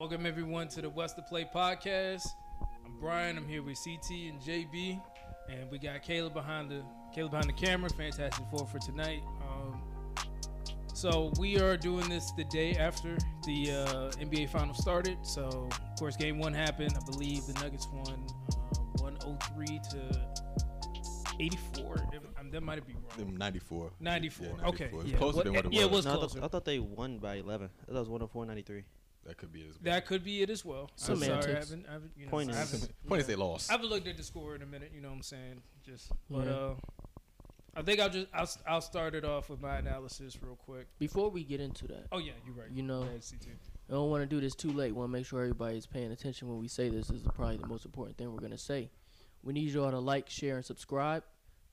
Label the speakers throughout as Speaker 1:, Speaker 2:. Speaker 1: Welcome everyone to the West to Play podcast. I'm Brian. I'm here with CT and JB, and we got Caleb behind the Caleb behind the camera. Fantastic Four for tonight. Um, so we are doing this the day after the uh, NBA final started. So of course, game one happened. I believe the Nuggets won uh, 103 to 84. If- um, That might be wrong.
Speaker 2: Them 94.
Speaker 1: 94.
Speaker 2: Yeah,
Speaker 1: Okay.
Speaker 2: It was
Speaker 1: yeah.
Speaker 2: closer
Speaker 1: What-
Speaker 2: than what it
Speaker 1: yeah, it
Speaker 2: was.
Speaker 1: was
Speaker 3: No, I,
Speaker 1: closer.
Speaker 3: thought, I thought they won by 11. I thought it was 104 93.
Speaker 2: That could be it as well.
Speaker 1: That could be it as well. I'm sorry, I
Speaker 4: Semantics.
Speaker 1: haven't, I haven't, you know,
Speaker 3: Point
Speaker 1: I
Speaker 3: is-
Speaker 1: haven't-
Speaker 2: Point is they lost.
Speaker 1: I haven't looked at the score in a minute. You know what I'm saying? Just, but
Speaker 4: Yeah.
Speaker 1: uh, I think I'll just I'll, s- I'll start it off with my analysis real quick.
Speaker 4: Before we get into that,
Speaker 1: Oh yeah, you're right.
Speaker 4: You know-
Speaker 1: Go ahead, CT.
Speaker 4: I don't want to do this too late. Want to make sure everybody's paying attention when we say this. This is probably the most important thing we're gonna say. We need y'all to like, share, and subscribe,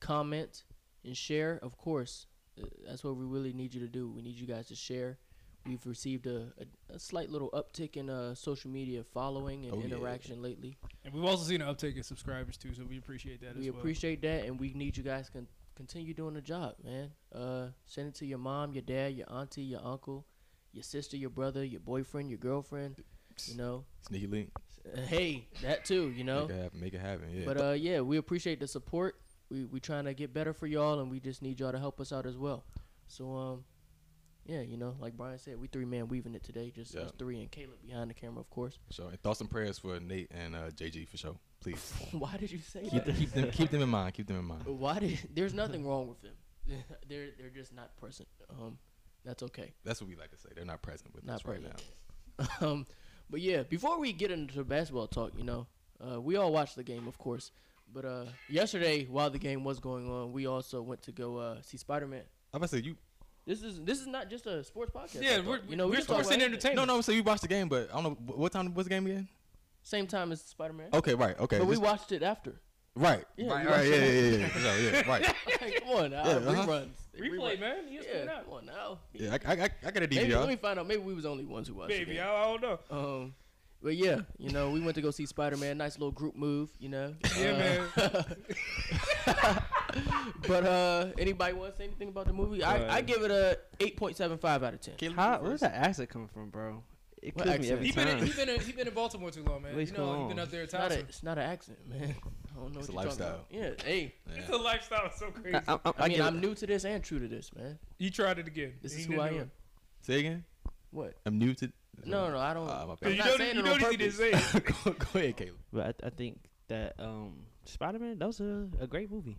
Speaker 4: comment, and share. Of course, Uh, that's what we really need you to do. We need you guys to share. We've received a, a, a slight little uptick in uh, social media following and
Speaker 2: Oh, yeah.
Speaker 4: interaction lately.
Speaker 1: and we've also seen an uptick in subscribers too, so we appreciate that
Speaker 4: we
Speaker 1: as well.
Speaker 4: appreciate that, and we need you guys can continue doing the job, man. Uh, send it to your mom, your dad, your auntie, your uncle, your sister, your brother, your boyfriend, your girlfriend. You know, Uh,
Speaker 2: Sneaky link.
Speaker 4: hey, that too. You know,
Speaker 2: Make it happen. Make it happen. Yeah.
Speaker 4: but uh, yeah, we appreciate the support. We we trying to get better for y'all, and we just need y'all to help us out as well. So um, yeah, you know, like Brian said, we three man weaving it today, just
Speaker 2: Yeah.
Speaker 4: us three and Caleb behind the camera, of course.
Speaker 2: so, and thoughts and prayers for Nate and uh, JG for sure. Please.
Speaker 4: Why did you say
Speaker 2: keep,
Speaker 4: that?
Speaker 2: keep them, keep them in mind. Keep them in mind.
Speaker 4: Why did? There's nothing wrong with them. they're they're just not present. Um, that's okay.
Speaker 2: That's what we like to say. They're not present with
Speaker 4: Not
Speaker 2: us right
Speaker 4: present. um, but yeah, before we get into basketball talk, you know, uh, we all watched the game, of course. But uh, yesterday, while the game was going on, we also went to go uh, see Spider Man.
Speaker 2: now. I'm about to say you.
Speaker 4: This is this is not just a sports podcast. I
Speaker 1: yeah,
Speaker 4: thought.
Speaker 1: we're,
Speaker 4: you know
Speaker 1: we're
Speaker 4: we just talk
Speaker 1: sports and
Speaker 4: about
Speaker 1: entertainment.
Speaker 2: No, no. So you watched the game, but I don't know wh- what time was the game again.
Speaker 4: same time as Spider Man.
Speaker 2: Okay, right. Okay,
Speaker 4: but we
Speaker 2: just-
Speaker 4: watched it after.
Speaker 2: right.
Speaker 4: Yeah,
Speaker 2: right. right,
Speaker 4: we watched
Speaker 2: Yeah,
Speaker 4: it.
Speaker 2: yeah, yeah, yeah. So, yeah, right.
Speaker 4: Like, come on, now,
Speaker 2: uh-huh.
Speaker 4: reruns.
Speaker 1: replay,
Speaker 4: Rerun.
Speaker 1: man.
Speaker 4: Yeah,
Speaker 1: yeah,
Speaker 4: come on now.
Speaker 2: Yeah, I, uh, I, I, I got a
Speaker 4: Maybe, let
Speaker 2: DVR.
Speaker 4: me find out. Maybe we was the only ones who watched. the
Speaker 1: baby.
Speaker 4: game.
Speaker 1: I, I don't know.
Speaker 4: Um, but yeah, you know, we went to go see Spider Man. Nice little group move, you know.
Speaker 1: Yeah,
Speaker 4: Uh,
Speaker 1: man.
Speaker 4: But uh, anybody want to say anything about the movie?
Speaker 1: Uh,
Speaker 4: I, I give it a eight point seven five out of ten.
Speaker 2: Caleb,
Speaker 3: How,
Speaker 2: you
Speaker 3: where's
Speaker 2: first.
Speaker 3: that accent coming from, bro? It
Speaker 4: What
Speaker 3: killed me every
Speaker 1: He
Speaker 3: time.
Speaker 1: been in, he been in, he been in Baltimore too long, man.
Speaker 3: At least
Speaker 1: You know, he
Speaker 3: come
Speaker 1: been
Speaker 3: on.
Speaker 1: up there
Speaker 4: It's not, a,
Speaker 1: attacking.
Speaker 4: it's not an accent, man. I don't know
Speaker 2: It's
Speaker 4: what
Speaker 2: a
Speaker 4: you're
Speaker 2: lifestyle.
Speaker 4: talking about. Yeah, hey,
Speaker 1: It's
Speaker 2: Yeah.
Speaker 1: a lifestyle so crazy.
Speaker 3: I, I, I,
Speaker 4: I, mean,
Speaker 3: get
Speaker 4: I'm
Speaker 3: it.
Speaker 4: new to this and true to this, man.
Speaker 1: you tried it again.
Speaker 4: This
Speaker 1: You
Speaker 4: is
Speaker 1: didn't
Speaker 4: who I
Speaker 1: do it.
Speaker 4: am.
Speaker 2: Say again.
Speaker 4: What?
Speaker 2: I'm new to.
Speaker 4: No, no, I don't.
Speaker 2: Ah, my
Speaker 1: You
Speaker 2: bad.
Speaker 4: I'm not
Speaker 1: don't-
Speaker 4: saying
Speaker 1: you
Speaker 4: it on
Speaker 1: don't need to
Speaker 4: purpose.
Speaker 1: say it.
Speaker 2: go, go ahead, Caleb.
Speaker 3: But I, I think that um, Spider Man, that was a, a great movie.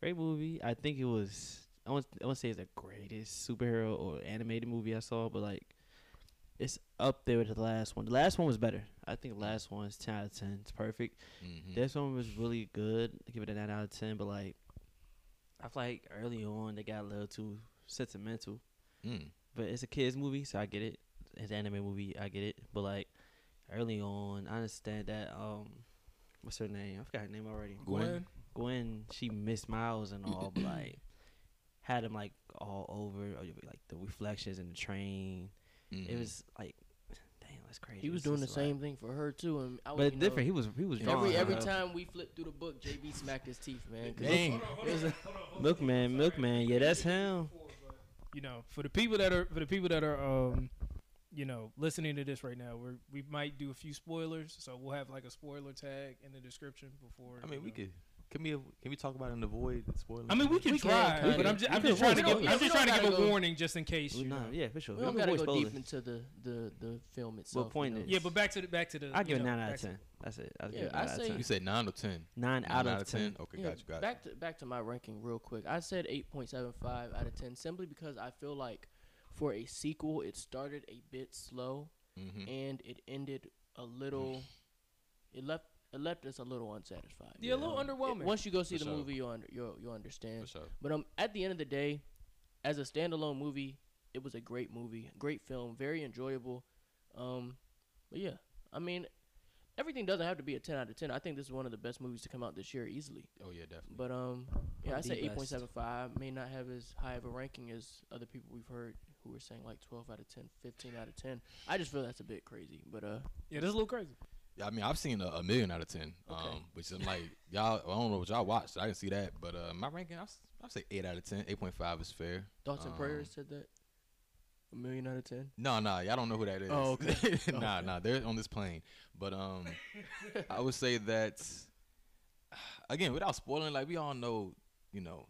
Speaker 3: Great movie. I think it was, I want I want to say it's the greatest superhero or animated movie I saw, but like, it's up there with the last one. The last one was better. I think the last one is 10 out of 10. It's perfect.
Speaker 4: Mm.
Speaker 2: Mhm.
Speaker 3: This one was really good. I give it a nine out of ten. But like, I feel like early on they got a little too sentimental.
Speaker 2: Mm.
Speaker 3: But it's a kids movie, so I get it. It's an anime movie, I get it. But like, early on, I understand that. Um, what's her name? I forgot her name already.
Speaker 2: Gwen.
Speaker 3: Gwen. She missed Miles and all, but like, had him like all over, or, like the reflections in the train. It
Speaker 4: Mm.
Speaker 2: Mhm.
Speaker 3: was like, damn, that's crazy.
Speaker 4: He was
Speaker 3: It's
Speaker 4: doing the
Speaker 3: just, like-
Speaker 4: same thing for her too, and I was,
Speaker 3: but it's
Speaker 4: you know,
Speaker 3: different. he was he was
Speaker 2: Every-
Speaker 3: drawing
Speaker 4: Every
Speaker 3: her
Speaker 4: every
Speaker 3: up.
Speaker 4: time we flipped through the book, JB smacked his teeth, man. 'cause
Speaker 2: Dang.
Speaker 1: Hold on, hold on,
Speaker 4: It was a-
Speaker 1: hold on, hold on.
Speaker 3: Milkman, Milkman, yeah, that's him.
Speaker 1: you know, for the people that are for the people that are um, you know, listening to this right now, we are we might do a few spoilers, so we'll have like a spoiler tag in the description before.
Speaker 2: I
Speaker 1: you
Speaker 2: mean, we
Speaker 1: know.
Speaker 2: could. Can we can we talk about it in the void? Spoiler.
Speaker 1: I mean, we can
Speaker 4: We can,
Speaker 1: try,
Speaker 4: kinda.
Speaker 1: but I'm just,
Speaker 3: We
Speaker 1: I'm
Speaker 3: can
Speaker 1: just trying to
Speaker 3: voice
Speaker 1: give
Speaker 3: it.
Speaker 1: I'm
Speaker 4: We
Speaker 1: just
Speaker 4: don't
Speaker 1: trying to give
Speaker 4: gotta
Speaker 1: a
Speaker 4: go-
Speaker 1: warning just in case.
Speaker 3: Well,
Speaker 1: You know.
Speaker 3: nah, yeah, for sure.
Speaker 4: we don't
Speaker 3: We
Speaker 4: gotta
Speaker 3: voice
Speaker 4: go deep
Speaker 3: spoilers.
Speaker 4: into the the the film itself.
Speaker 3: point
Speaker 4: you know.
Speaker 3: is-
Speaker 1: Yeah, but back to the back to the.
Speaker 3: I
Speaker 1: you
Speaker 3: give it
Speaker 1: know,
Speaker 3: nine out
Speaker 1: back
Speaker 3: of
Speaker 1: to-
Speaker 3: ten. That's it. I
Speaker 4: Yeah,
Speaker 3: give it
Speaker 4: I
Speaker 3: nine out
Speaker 4: say-
Speaker 3: of
Speaker 2: You
Speaker 3: ten.
Speaker 2: said nine or ten.
Speaker 3: Nine out of ten.
Speaker 2: Okay,
Speaker 4: Yeah,
Speaker 2: got you, got
Speaker 4: back to back to my ranking real quick. I said eight point seven five out of ten simply because I feel like for a sequel it started a bit slow
Speaker 2: you. hmm
Speaker 4: and it ended a
Speaker 2: Mm.
Speaker 4: little it left it left us a little unsatisfied.
Speaker 1: Yeah, a little underwhelming.
Speaker 4: It- once you go see
Speaker 2: For
Speaker 4: the
Speaker 2: sure.
Speaker 4: movie you'll under, you'll, you'll understand.
Speaker 2: For sure.
Speaker 4: But um at the end of the day, as a standalone movie, it was a great movie, great film, very enjoyable. Um but yeah, I mean everything doesn't have to be a ten out of ten. I think this is one of the best movies to come out this year easily.
Speaker 2: Oh yeah, definitely.
Speaker 4: But um, yeah, I
Speaker 3: The
Speaker 4: say eight point
Speaker 3: best.
Speaker 4: seven five may not have as high of a ranking as other people we've heard who were saying like twelve out of 10, 15 out of ten. I just feel that's a bit crazy, but uh,
Speaker 1: Yeah, that's a little crazy.
Speaker 2: Yeah, I mean, I've seen a, a million out of ten.
Speaker 4: Okay.
Speaker 2: Um, which is like y'all. I don't know what y'all watched. I didn't see that, but uh, my ranking, I I say eight out of ten. Eight point five is fair.
Speaker 4: thoughts and
Speaker 2: Um,
Speaker 4: prayers said that. A million out of ten.
Speaker 2: No, no, y'all don't know who that is.
Speaker 4: Oh, okay.
Speaker 2: nah,
Speaker 4: Okay.
Speaker 2: nah, they're on this plane. But um, I would say that again, without spoiling, like we all know, you know,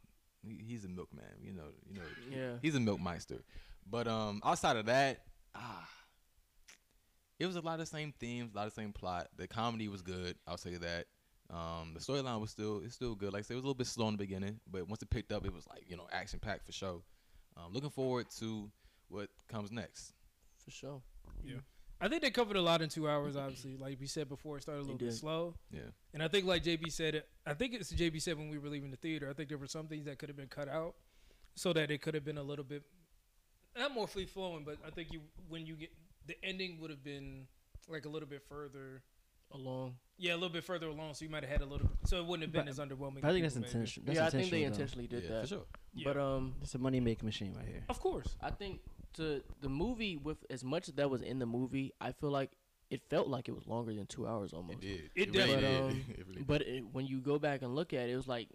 Speaker 2: he, he's a milkman. You know, you know, he-
Speaker 4: Yeah.
Speaker 2: he's a milkmeister. But um, outside of that, ah, it was a lot of same themes, a lot of same plot. The comedy was good. I'll say that. Um, the storyline was still it's still good. Like I said, it was a little bit slow in the beginning, but once it picked up, it was like you know action packed for sure. Um, looking forward to what comes next.
Speaker 4: For sure.
Speaker 1: I think they covered a lot in two hours. Obviously, like we said before, it started a
Speaker 4: They
Speaker 1: little bit
Speaker 4: did.
Speaker 1: slow.
Speaker 2: Yeah.
Speaker 1: And I think, like JB said, I think it's JB said when we were leaving the theater. I think there were some things that could have been cut out, so that it could have been a little bit not more free flowing. But I think you when you get the ending would have been like a little bit further.
Speaker 4: Along.
Speaker 1: Yeah, a little bit further along, so you might have had a little. So it wouldn't have been
Speaker 3: But-
Speaker 1: as underwhelming.
Speaker 3: But I
Speaker 1: to
Speaker 3: think that's
Speaker 1: people, maybe.
Speaker 3: intentional. uh, That's
Speaker 4: yeah, I think
Speaker 3: intentional
Speaker 4: they
Speaker 3: though.
Speaker 4: intentionally did
Speaker 2: yeah,
Speaker 4: that.
Speaker 2: for sure.
Speaker 1: Yeah.
Speaker 4: But um,
Speaker 3: It's a money making machine right here.
Speaker 1: Of course.
Speaker 4: I think to the movie with as much that was in the movie, I feel like it felt like it was longer than two hours almost.
Speaker 2: It did.
Speaker 1: It
Speaker 2: really
Speaker 1: did.
Speaker 2: did.
Speaker 4: But, um,
Speaker 2: it really did.
Speaker 4: But it, when you go back and look at it, it was like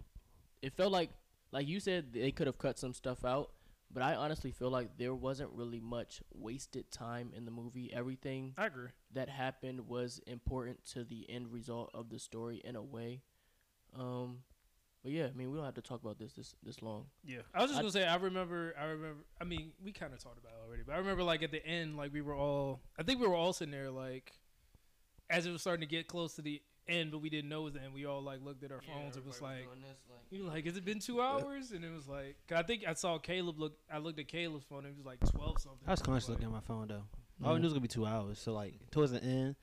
Speaker 4: it felt like like you said they could have cut some stuff out, but I honestly feel like there wasn't really much wasted time in the movie. Everything
Speaker 1: I agree.
Speaker 4: that happened was important to the end result of the story in a way. Um, but yeah, I mean we don't have to talk about this this this long.
Speaker 1: Yeah, I was just
Speaker 4: I-
Speaker 1: gonna say. I remember. I remember. I mean, we kind of talked about it already, but I remember like at the end, like we were all. I think we were all sitting there like, as it was starting to get close to the end, but we didn't know it was the end. We all like looked at our phones. it was like, you like, has it been two hours? And it was like, 'cause I think I saw Caleb look. I looked at Caleb's phone. and It was like twelve something.
Speaker 3: I was
Speaker 1: like,
Speaker 3: constantly looking at my phone though.
Speaker 4: Mm.
Speaker 3: All I knew it was gonna be two hours. So like towards the end,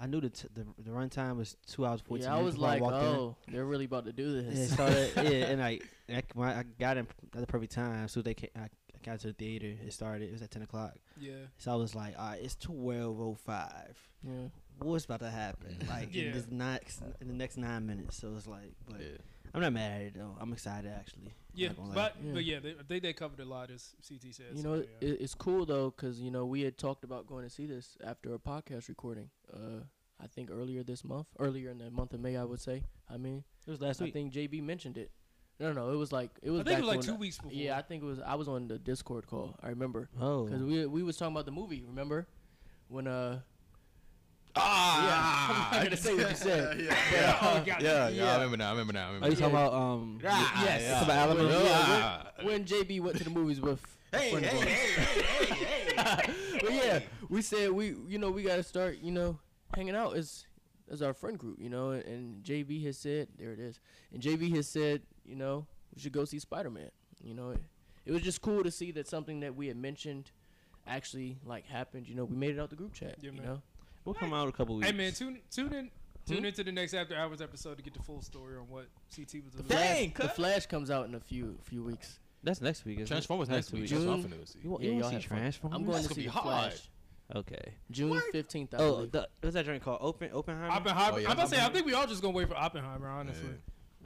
Speaker 3: I knew the t- the, the run time was two hours fourteen.
Speaker 4: yeah, I
Speaker 3: minutes
Speaker 4: was
Speaker 3: before
Speaker 4: like,
Speaker 3: walked in.
Speaker 4: oh, they're really about to do
Speaker 3: Yeah,
Speaker 4: this.
Speaker 3: so that, yeah, and like I, c- when I got in at the perfect time. So they ca I, I got to the theater. It started. It was at ten o'clock.
Speaker 1: yeah,
Speaker 3: So I was like, all right, it's twelve oh five.
Speaker 4: yeah.
Speaker 3: What's about to happen? Like
Speaker 1: Yeah.
Speaker 3: in this next in the next nine minutes. So it's like, but
Speaker 2: yeah.
Speaker 3: I'm not mad at it though. I'm excited actually.
Speaker 1: yeah.
Speaker 3: not gonna lie.
Speaker 1: But
Speaker 4: Yeah.
Speaker 1: but yeah, they, I think they covered a lot as CT said.
Speaker 4: you
Speaker 1: so,
Speaker 4: know,
Speaker 1: yeah.
Speaker 4: it, it's cool though, cause you know we had talked about going to see this after a podcast recording. Uh, I think earlier this month, earlier in the month of May, I would say. I mean,
Speaker 3: It was last
Speaker 4: I
Speaker 3: week.
Speaker 4: think JB mentioned it. No, no, it was like it was.
Speaker 1: I think
Speaker 4: back
Speaker 1: it was like
Speaker 4: when-
Speaker 1: two weeks before.
Speaker 4: Yeah, I think it was. I was on the Discord call. I remember
Speaker 3: Oh,
Speaker 4: because we we was talking about the movie. Remember when uh
Speaker 2: Ah!
Speaker 4: I'm not gonna say what you said.
Speaker 2: yeah,
Speaker 1: Yeah,
Speaker 2: yeah,
Speaker 1: oh,
Speaker 2: yeah,
Speaker 1: God.
Speaker 2: yeah,
Speaker 4: Yeah.
Speaker 2: I remember now. I remember now. I
Speaker 3: are you
Speaker 2: remember.
Speaker 3: talking about um?
Speaker 2: Ah,
Speaker 4: Yes.
Speaker 2: yeah.
Speaker 4: It's about Alabama.
Speaker 2: Yeah,
Speaker 4: Yeah,
Speaker 2: ah.
Speaker 4: when JB went to the movies with? a
Speaker 2: Hey,
Speaker 4: friend of
Speaker 2: hey,
Speaker 4: ours?
Speaker 2: hey, hey, hey, hey.
Speaker 4: but yeah, we said we you know we gotta start you know hanging out as as our friend group you know and, JB has said there it is and JB has said you know we should go see Spider Man you know it, it was just cool to see that something that we had mentioned actually like happened you know we made it out the group chat
Speaker 1: Yeah,
Speaker 4: you
Speaker 1: man.
Speaker 4: know
Speaker 3: We'll come out in a couple weeks.
Speaker 1: Hey man, tune tune in tune
Speaker 4: Hmm?
Speaker 1: into the next after hours episode to get the full story on what CT was. about.
Speaker 2: Dang,
Speaker 4: Flash, the
Speaker 2: cut.
Speaker 4: Flash comes out in a few few weeks
Speaker 3: That's next week. isn't it?
Speaker 2: Transformers next week. That's what I'm
Speaker 4: June.
Speaker 2: finna go see.
Speaker 3: You want,
Speaker 4: Yeah,
Speaker 3: you
Speaker 4: y'all
Speaker 3: want to
Speaker 4: have
Speaker 3: see
Speaker 4: fun.
Speaker 3: Transformers?
Speaker 4: I'm going
Speaker 2: That's
Speaker 4: to
Speaker 2: gonna
Speaker 4: see
Speaker 2: be
Speaker 4: the
Speaker 2: hard.
Speaker 4: Flash
Speaker 3: Okay.
Speaker 4: June fifteenth I
Speaker 3: Oh,
Speaker 4: believe
Speaker 3: the, what's that drink called? Open Oppenheimer.
Speaker 1: Oppenheimer.
Speaker 2: Oh, yeah,
Speaker 1: I'm about to say, I
Speaker 2: Oppenheimer.
Speaker 1: think we all just gonna wait for Oppenheimer, honestly.
Speaker 2: Yeah.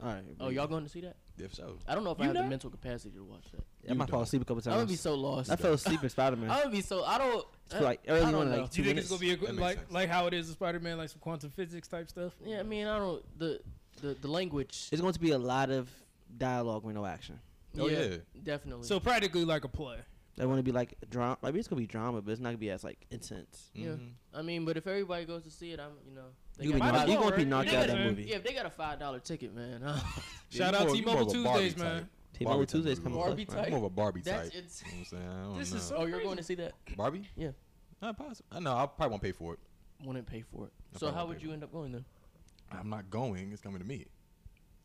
Speaker 3: All right.
Speaker 4: oh y'all going to see that
Speaker 2: Yeah, for sure.
Speaker 4: I don't know if
Speaker 1: You
Speaker 4: I have
Speaker 1: know?
Speaker 4: the mental capacity to watch that
Speaker 3: I might fall
Speaker 2: don't.
Speaker 3: asleep a couple times.
Speaker 4: I would be so lost
Speaker 3: I fell asleep in Spider Man.
Speaker 4: I would be so I don't I-
Speaker 3: like
Speaker 4: I
Speaker 3: early
Speaker 4: don't
Speaker 3: on,
Speaker 4: know.
Speaker 3: like
Speaker 1: Do
Speaker 3: two
Speaker 1: you think
Speaker 3: minutes.
Speaker 1: it's gonna be a good,
Speaker 2: That makes
Speaker 1: like
Speaker 2: sense.
Speaker 1: like how it is in Spider-Man, like some quantum physics type stuff?
Speaker 4: Yeah, I mean, I don't the the, the language.
Speaker 3: It's going to be a lot of dialogue with no action.
Speaker 2: Oh, yeah.
Speaker 4: definitely.
Speaker 1: So practically like a play.
Speaker 3: I want to be like drama. Maybe it's gonna be drama, but it's not gonna be as like intense.
Speaker 4: Yeah.
Speaker 2: Mhm.
Speaker 4: I mean, but if everybody goes to see it, I'm you know they
Speaker 3: You gonna be
Speaker 1: might
Speaker 4: got
Speaker 1: as
Speaker 3: knocked, you
Speaker 1: well,
Speaker 3: gonna be
Speaker 1: right?
Speaker 3: knocked
Speaker 1: Yeah,
Speaker 3: out of that
Speaker 1: man.
Speaker 3: movie.
Speaker 4: yeah, if they got a five dollar ticket, man,
Speaker 2: Yeah,
Speaker 1: Shout
Speaker 2: you
Speaker 1: out
Speaker 2: more- you more
Speaker 1: T-Mobile
Speaker 2: of a Barbie
Speaker 1: Tuesdays,
Speaker 2: type.
Speaker 1: man.
Speaker 3: Team
Speaker 2: Barbie
Speaker 3: Over
Speaker 2: type
Speaker 3: Tuesday's
Speaker 2: movie.
Speaker 3: coming
Speaker 4: Barbie
Speaker 3: up.
Speaker 4: type.
Speaker 2: I'm more of a Barbie
Speaker 4: that's
Speaker 2: type.
Speaker 4: it's.
Speaker 2: You know what I'm saying? I don't
Speaker 1: This
Speaker 2: know.
Speaker 1: is so
Speaker 4: Oh, you're
Speaker 1: crazy.
Speaker 4: going to see that?
Speaker 2: Barbie?
Speaker 4: Yeah.
Speaker 2: Not possible. I know. I probably won't pay for it.
Speaker 4: Wouldn't pay for it.
Speaker 2: I
Speaker 4: So
Speaker 2: probably
Speaker 4: how
Speaker 2: won't
Speaker 4: would
Speaker 2: pay
Speaker 4: you
Speaker 2: for
Speaker 4: end up going then?
Speaker 2: I'm not going. It's coming to me.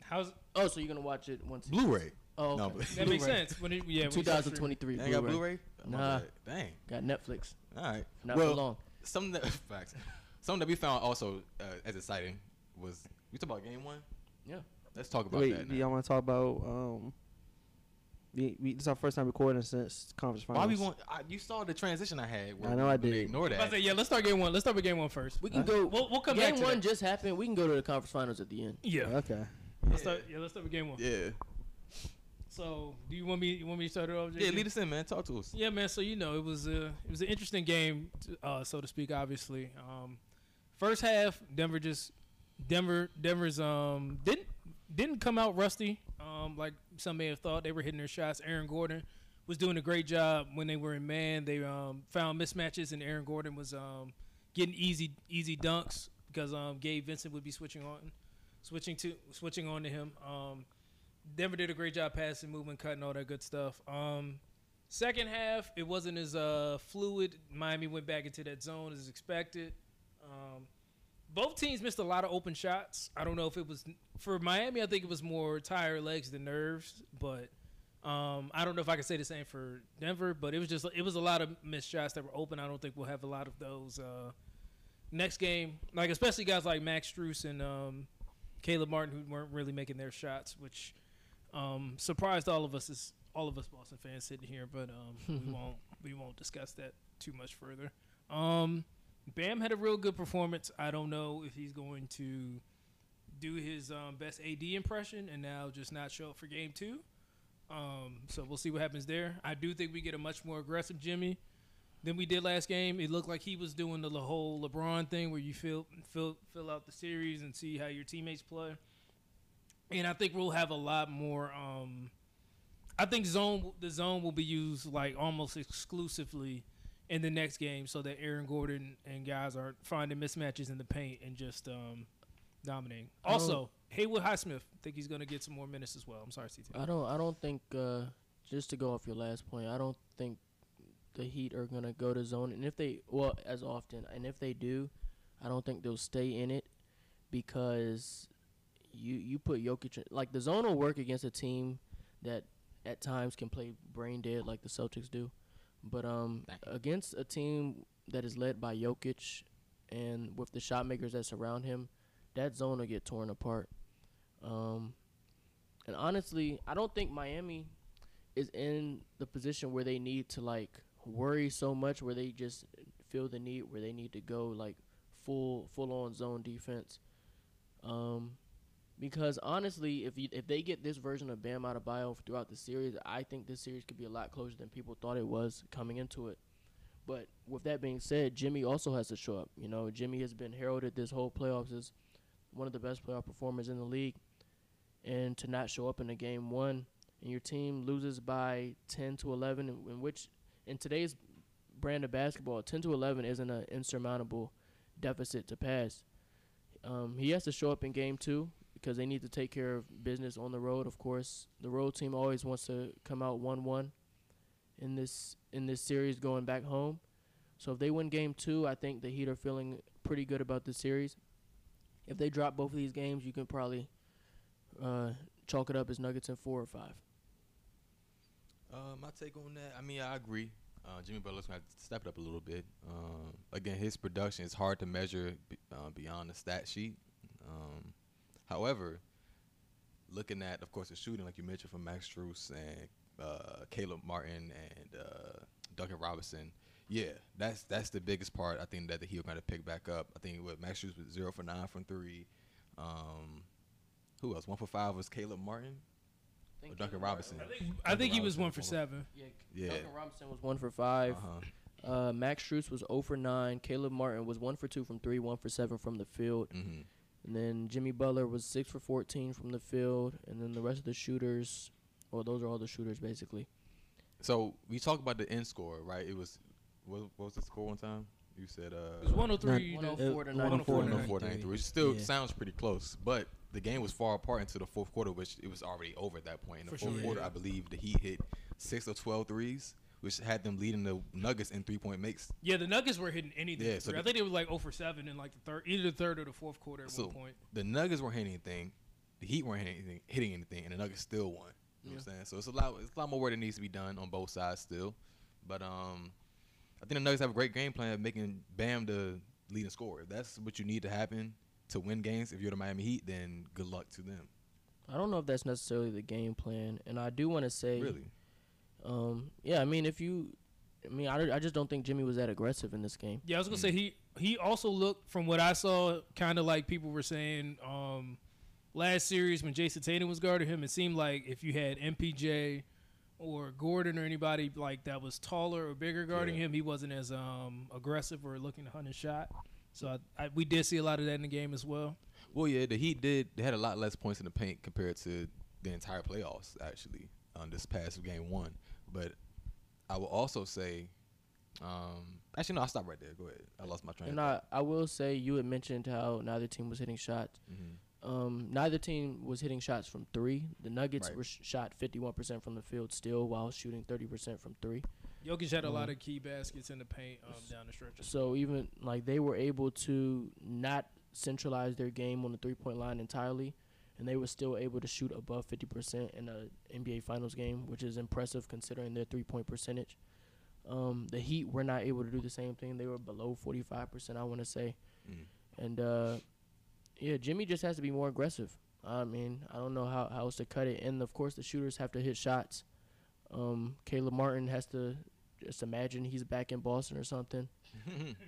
Speaker 1: How's
Speaker 4: Oh, so you're gonna watch it once? it's-
Speaker 2: Blu-ray.
Speaker 4: Oh,
Speaker 2: No,
Speaker 4: okay.
Speaker 2: but-
Speaker 1: that makes
Speaker 4: Blu-ray.
Speaker 1: sense? When it, yeah, when you start streaming.
Speaker 4: 2023
Speaker 2: They ain't got Blu-ray? My
Speaker 4: Nah.
Speaker 2: bad. Dang.
Speaker 4: Got Netflix.
Speaker 2: All right.
Speaker 4: Not
Speaker 2: well,
Speaker 4: for long.
Speaker 2: something that facts. Something that we found also uh, as exciting was we talk about game one.
Speaker 4: Yeah.
Speaker 2: Let's talk about
Speaker 3: Wait,
Speaker 2: that.
Speaker 3: do
Speaker 2: Now.
Speaker 3: y'all want to talk about? Um, we, we this is our first time recording since conference finals.
Speaker 2: Why we want? I, you saw the transition I had. Where
Speaker 3: I know I
Speaker 2: they
Speaker 3: did.
Speaker 2: Ignore
Speaker 1: I
Speaker 2: that.
Speaker 1: say, yeah, let's start game one. Let's start with game one first.
Speaker 4: We can go.
Speaker 1: uh, We'll, we'll come back
Speaker 4: game
Speaker 1: to
Speaker 4: one
Speaker 1: that.
Speaker 4: just happened. We can go to the conference finals at the end.
Speaker 1: Yeah.
Speaker 3: Okay.
Speaker 1: Let's start, yeah, let's start with game one.
Speaker 2: Yeah.
Speaker 1: So, do you want me? You want me to start it off?
Speaker 2: Yeah.
Speaker 1: JD?
Speaker 2: Lead us in, man. Talk to us.
Speaker 1: Yeah, man. So you know, it was a it was an interesting game, t- uh, so to speak. Obviously, um, first half, Denver just Denver Denver's um didn't didn't come out rusty. Um, like some may have thought they were hitting their shots. Aaron Gordon was doing a great job when they were in man. They um, found mismatches, and Aaron Gordon was um, getting easy easy dunks because um, Gabe Vincent would be switching on, switching to switching on to him. Um, Denver did a great job passing, movement, cutting, all that good stuff. Um, second half, it wasn't as uh, fluid. Miami went back into that zone as expected. Um, both teams missed a lot of open shots. I don't know if it was for Miami. I think it was more tired legs than nerves, but um, I don't know if I can say the same for Denver. But it was just it was a lot of missed shots that were open. I don't think we'll have a lot of those uh, next game. Like especially guys like Max Struess and um, Caleb Martin who weren't really making their shots, which um, surprised all of us. As, all of us Boston fans sitting here, but um, we won't we won't discuss that too much further. Um, Bam had a real good performance. I don't know if he's going to do his um, best AD impression and now just not show up for game two. Um, so we'll see what happens there. I do think we get a much more aggressive Jimmy than we did last game. It looked like he was doing the le- whole LeBron thing where you fill fill fill out the series and see how your teammates play. And I think we'll have a lot more. Um, I think zone the zone will be used like almost exclusively in the next game so that Aaron Gordon and guys aren't finding mismatches in the paint and just um, dominating.
Speaker 4: I don't-
Speaker 1: Also, Haywood Highsmith, I think he's going to get some more minutes as well. I'm sorry, CT.
Speaker 4: I don't. I don't think. Uh, just to go off your last point, I don't think the Heat are gonna go to zone, and if they well as often, and if they do, I don't think they'll stay in it because you you put Jokic in- like the zone will work against a team that at times can play brain dead like the Celtics do, but um
Speaker 2: Thank
Speaker 4: against a team that is led by Jokic and with the shot makers that surround him, that zone will get torn apart. Um, and honestly, I don't think Miami is in the position where they need to like worry so much, where they just feel the need, where they need to go like full full on zone defense. Um, because honestly, if you, if they get this version of Bam out of bio throughout the series, I think this series could be a lot closer than people thought it was coming into it. But with that being said, Jimmy also has to show up. You know, Jimmy has been heralded this whole playoffs as one of the best playoff performers in the league, and to not show up in a game one and your team loses by 10 to 11 in, in which in today's brand of basketball 10 to 11 isn't an insurmountable deficit to pass um, he has to show up in game two because they need to take care of business on the road of course the road team always wants to come out 1-1 in this in this series going back home so if they win game two i think the heat are feeling pretty good about this series if they drop both of these games you can probably uh, chalk it up as nuggets in four or five
Speaker 2: Uh, my take on that, I mean, I agree. Uh, Jimmy Butler's gonna have to step it up a little bit. Um, again, his production is hard to measure b- uh, beyond the stat sheet. Um, however, looking at, of course, the shooting, like you mentioned, from Max Struess and uh, Caleb Martin and uh, Duncan Robinson, yeah, that's that's the biggest part. I think that the Heat gonna pick back up. I think what Max Struess was zero for nine from three. Um, who else? One for five was Caleb Martin or Duncan Robinson.
Speaker 1: I think, I think he was one for seven.
Speaker 4: Yeah,
Speaker 2: Yeah.
Speaker 4: Duncan Robinson was one for 5
Speaker 2: Uh-huh.
Speaker 4: Uh, Max Struess was 0 for 9. Caleb Martin was 1 for 2 from 3, 1 for 7 from the field.
Speaker 2: hmm
Speaker 4: And then Jimmy Butler was 6 for 14 from the field. And then the rest of the shooters, well, those are all the shooters basically.
Speaker 2: So we talked about the end score, right? It was what, what was the score one time? You said
Speaker 1: It
Speaker 2: uh
Speaker 1: was 103.
Speaker 4: Not-
Speaker 1: to-
Speaker 4: 104 to
Speaker 1: 104 to
Speaker 2: 104 93, which still
Speaker 3: Yeah.
Speaker 2: sounds pretty close, but the game was far apart into the fourth quarter, which it was already over at that point. In the
Speaker 1: For
Speaker 2: fourth
Speaker 1: sure,
Speaker 2: quarter,
Speaker 1: yeah.
Speaker 2: I believe the Heat hit six or 12 threes, which had them leading the Nuggets in three point makes.
Speaker 1: Yeah, the Nuggets were hitting anything.
Speaker 2: Yeah, so
Speaker 1: I
Speaker 2: the-
Speaker 1: think they were like 0 for 7 in like the third, either the third or the fourth quarter at
Speaker 2: So
Speaker 1: one point.
Speaker 2: the Nuggets weren't hitting anything, the Heat weren't hitting anything, hitting anything, and the Nuggets still won. You know what I'm saying? So it's a lot. It's a lot more work that needs to be done on both sides still, but um, I think the Nuggets have a great game plan of making Bam the leading scorer. If that's what you need to happen to win games, if you're the Miami Heat, then good luck to them.
Speaker 4: I don't know if that's necessarily the game plan. And I do want to say,
Speaker 2: Really,
Speaker 4: um, yeah, I mean, if you, I mean, I, I just don't think Jimmy was that aggressive in this game.
Speaker 1: Yeah, I was gonna
Speaker 2: Mm.
Speaker 1: say he he also looked from what I saw, kind of like people were saying um, last series when Jason Tatum was guarding him. It seemed like if you had MPJ or Gordon or anybody like that was taller or bigger guarding
Speaker 2: Yeah.
Speaker 1: him, he wasn't as um, aggressive or looking to hunt a shot. So I, I, we did see a lot of that in the game as well.
Speaker 2: Well, yeah, the Heat did. They had a lot less points in the um, paint compared to the entire playoffs, actually, on this past game one. But I will also say, um, actually no, I'll stop right there. Go ahead. I lost my train.
Speaker 4: And
Speaker 2: of
Speaker 4: I, I will say you had mentioned how neither team was hitting shots.
Speaker 2: thought. Mhm.
Speaker 4: Um, neither team was hitting shots from three. The Nuggets
Speaker 2: Right.
Speaker 4: were sh- shot 51% from the field still while shooting 30% from three.
Speaker 1: Jokic had a lot
Speaker 4: Mhm.
Speaker 1: of key baskets in the paint um, down the stretch.
Speaker 4: So even like they were able to not centralize their game on the three point line entirely, and they were still able to shoot above 50% in a NBA Finals game, which is impressive considering their three point percentage. Um, the Heat were not able to do the same thing. They were below 45%, I want to say.
Speaker 2: Mm.
Speaker 4: And uh, yeah, Jimmy just has to be more aggressive. I mean, I don't know how, how else to cut it. And of course, the shooters have to hit shots. Um, Caleb Martin has to just imagine he's back in Boston or something,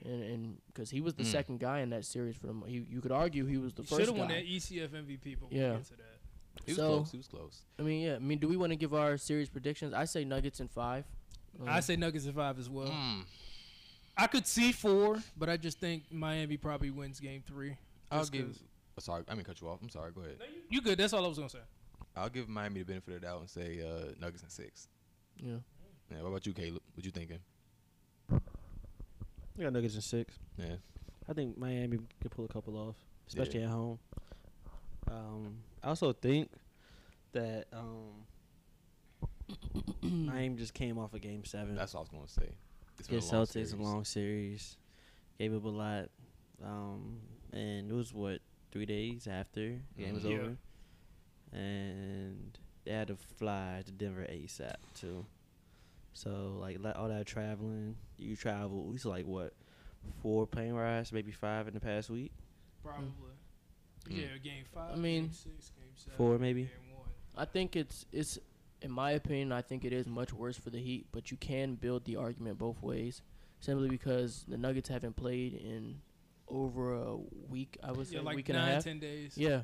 Speaker 4: and and because he was the
Speaker 2: Mm.
Speaker 4: second guy in that series for them, he, you could argue he was the
Speaker 1: He should
Speaker 4: first
Speaker 1: have won that E
Speaker 4: guy.
Speaker 1: ECF MVP, but
Speaker 4: Yeah.
Speaker 1: we'll get to that.
Speaker 2: he was
Speaker 4: So-
Speaker 2: close. He was close.
Speaker 4: I mean, yeah. I mean, do we want to give our series predictions? I say Nuggets in five. Um,
Speaker 1: I say Nuggets in five as well.
Speaker 2: Mm.
Speaker 1: I could see four, but I just think Miami probably wins game three.
Speaker 2: I'll
Speaker 1: Just
Speaker 2: give.
Speaker 1: 'cause-
Speaker 2: oh, sorry, I mean cut you off. I'm sorry. Go ahead.
Speaker 1: You good? That's all I was gonna say.
Speaker 2: I'll give Miami the benefit of the doubt and say uh, Nuggets in six.
Speaker 4: yeah.
Speaker 2: Yeah, what about you, Caleb? What you thinking?
Speaker 3: We got Nuggets in six.
Speaker 2: Yeah.
Speaker 3: I think Miami could pull a couple off, especially at home. Um, I also think that um, Miami just came off a game seven.
Speaker 2: That's what I was gonna say. It's been
Speaker 3: Get
Speaker 2: a long
Speaker 3: Celtics
Speaker 2: series.
Speaker 3: a long series. Gave up a lot. Um, and it was what, three days after the
Speaker 2: Mm-hmm.
Speaker 3: game was
Speaker 1: Mhm. Yeah.
Speaker 3: over. And they had to fly to Denver ASAP too. So like li- all that traveling, you travel at least like what, four plane rides, maybe five in the past week.
Speaker 1: Probably.
Speaker 2: Mm.
Speaker 1: Yeah, game five.
Speaker 4: I mean,
Speaker 1: game six, game seven,
Speaker 3: four maybe.
Speaker 1: game one.
Speaker 4: I think it's it's in my opinion, I think it is much worse for the Heat, but you can build the argument both ways. Simply because the Nuggets haven't played in over a week, I would say
Speaker 1: Yeah, like
Speaker 4: week and a
Speaker 1: nine,
Speaker 4: half.
Speaker 1: ten days.
Speaker 4: Yeah.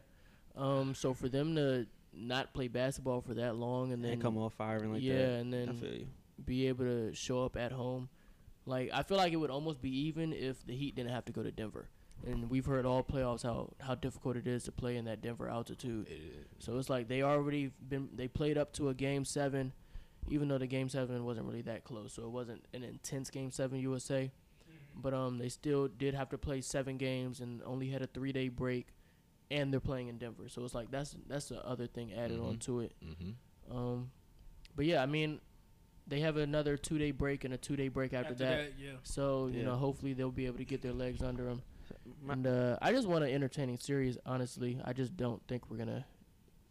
Speaker 4: Um so for them to not play basketball for that long and
Speaker 3: And
Speaker 4: then
Speaker 3: come off firing like
Speaker 4: yeah,
Speaker 3: that.
Speaker 4: and
Speaker 3: I
Speaker 4: then
Speaker 3: feel you.
Speaker 4: be able to show up at home. Like I feel like it would almost be even if the Heat didn't have to go to Denver. And we've heard all playoffs how, how difficult it is to play in that Denver altitude.
Speaker 2: It is.
Speaker 4: So it's like they already been they played up to a game seven, even though the game seven wasn't really that close. So it wasn't an intense game seven, you would say. But um, they still did have to play seven games and only had a three day break, and they're playing in Denver. So it's like that's that's the other thing added
Speaker 2: Mhm.
Speaker 4: on to it.
Speaker 2: Mm-hmm.
Speaker 4: Um, but yeah, I mean, they have another two day break and a two day break after, that.
Speaker 1: yeah.
Speaker 4: So you
Speaker 3: Yeah.
Speaker 4: know, hopefully they'll be able to get their legs under them.
Speaker 3: My-
Speaker 4: and uh, I just want an entertaining series. Honestly, I just don't think we're gonna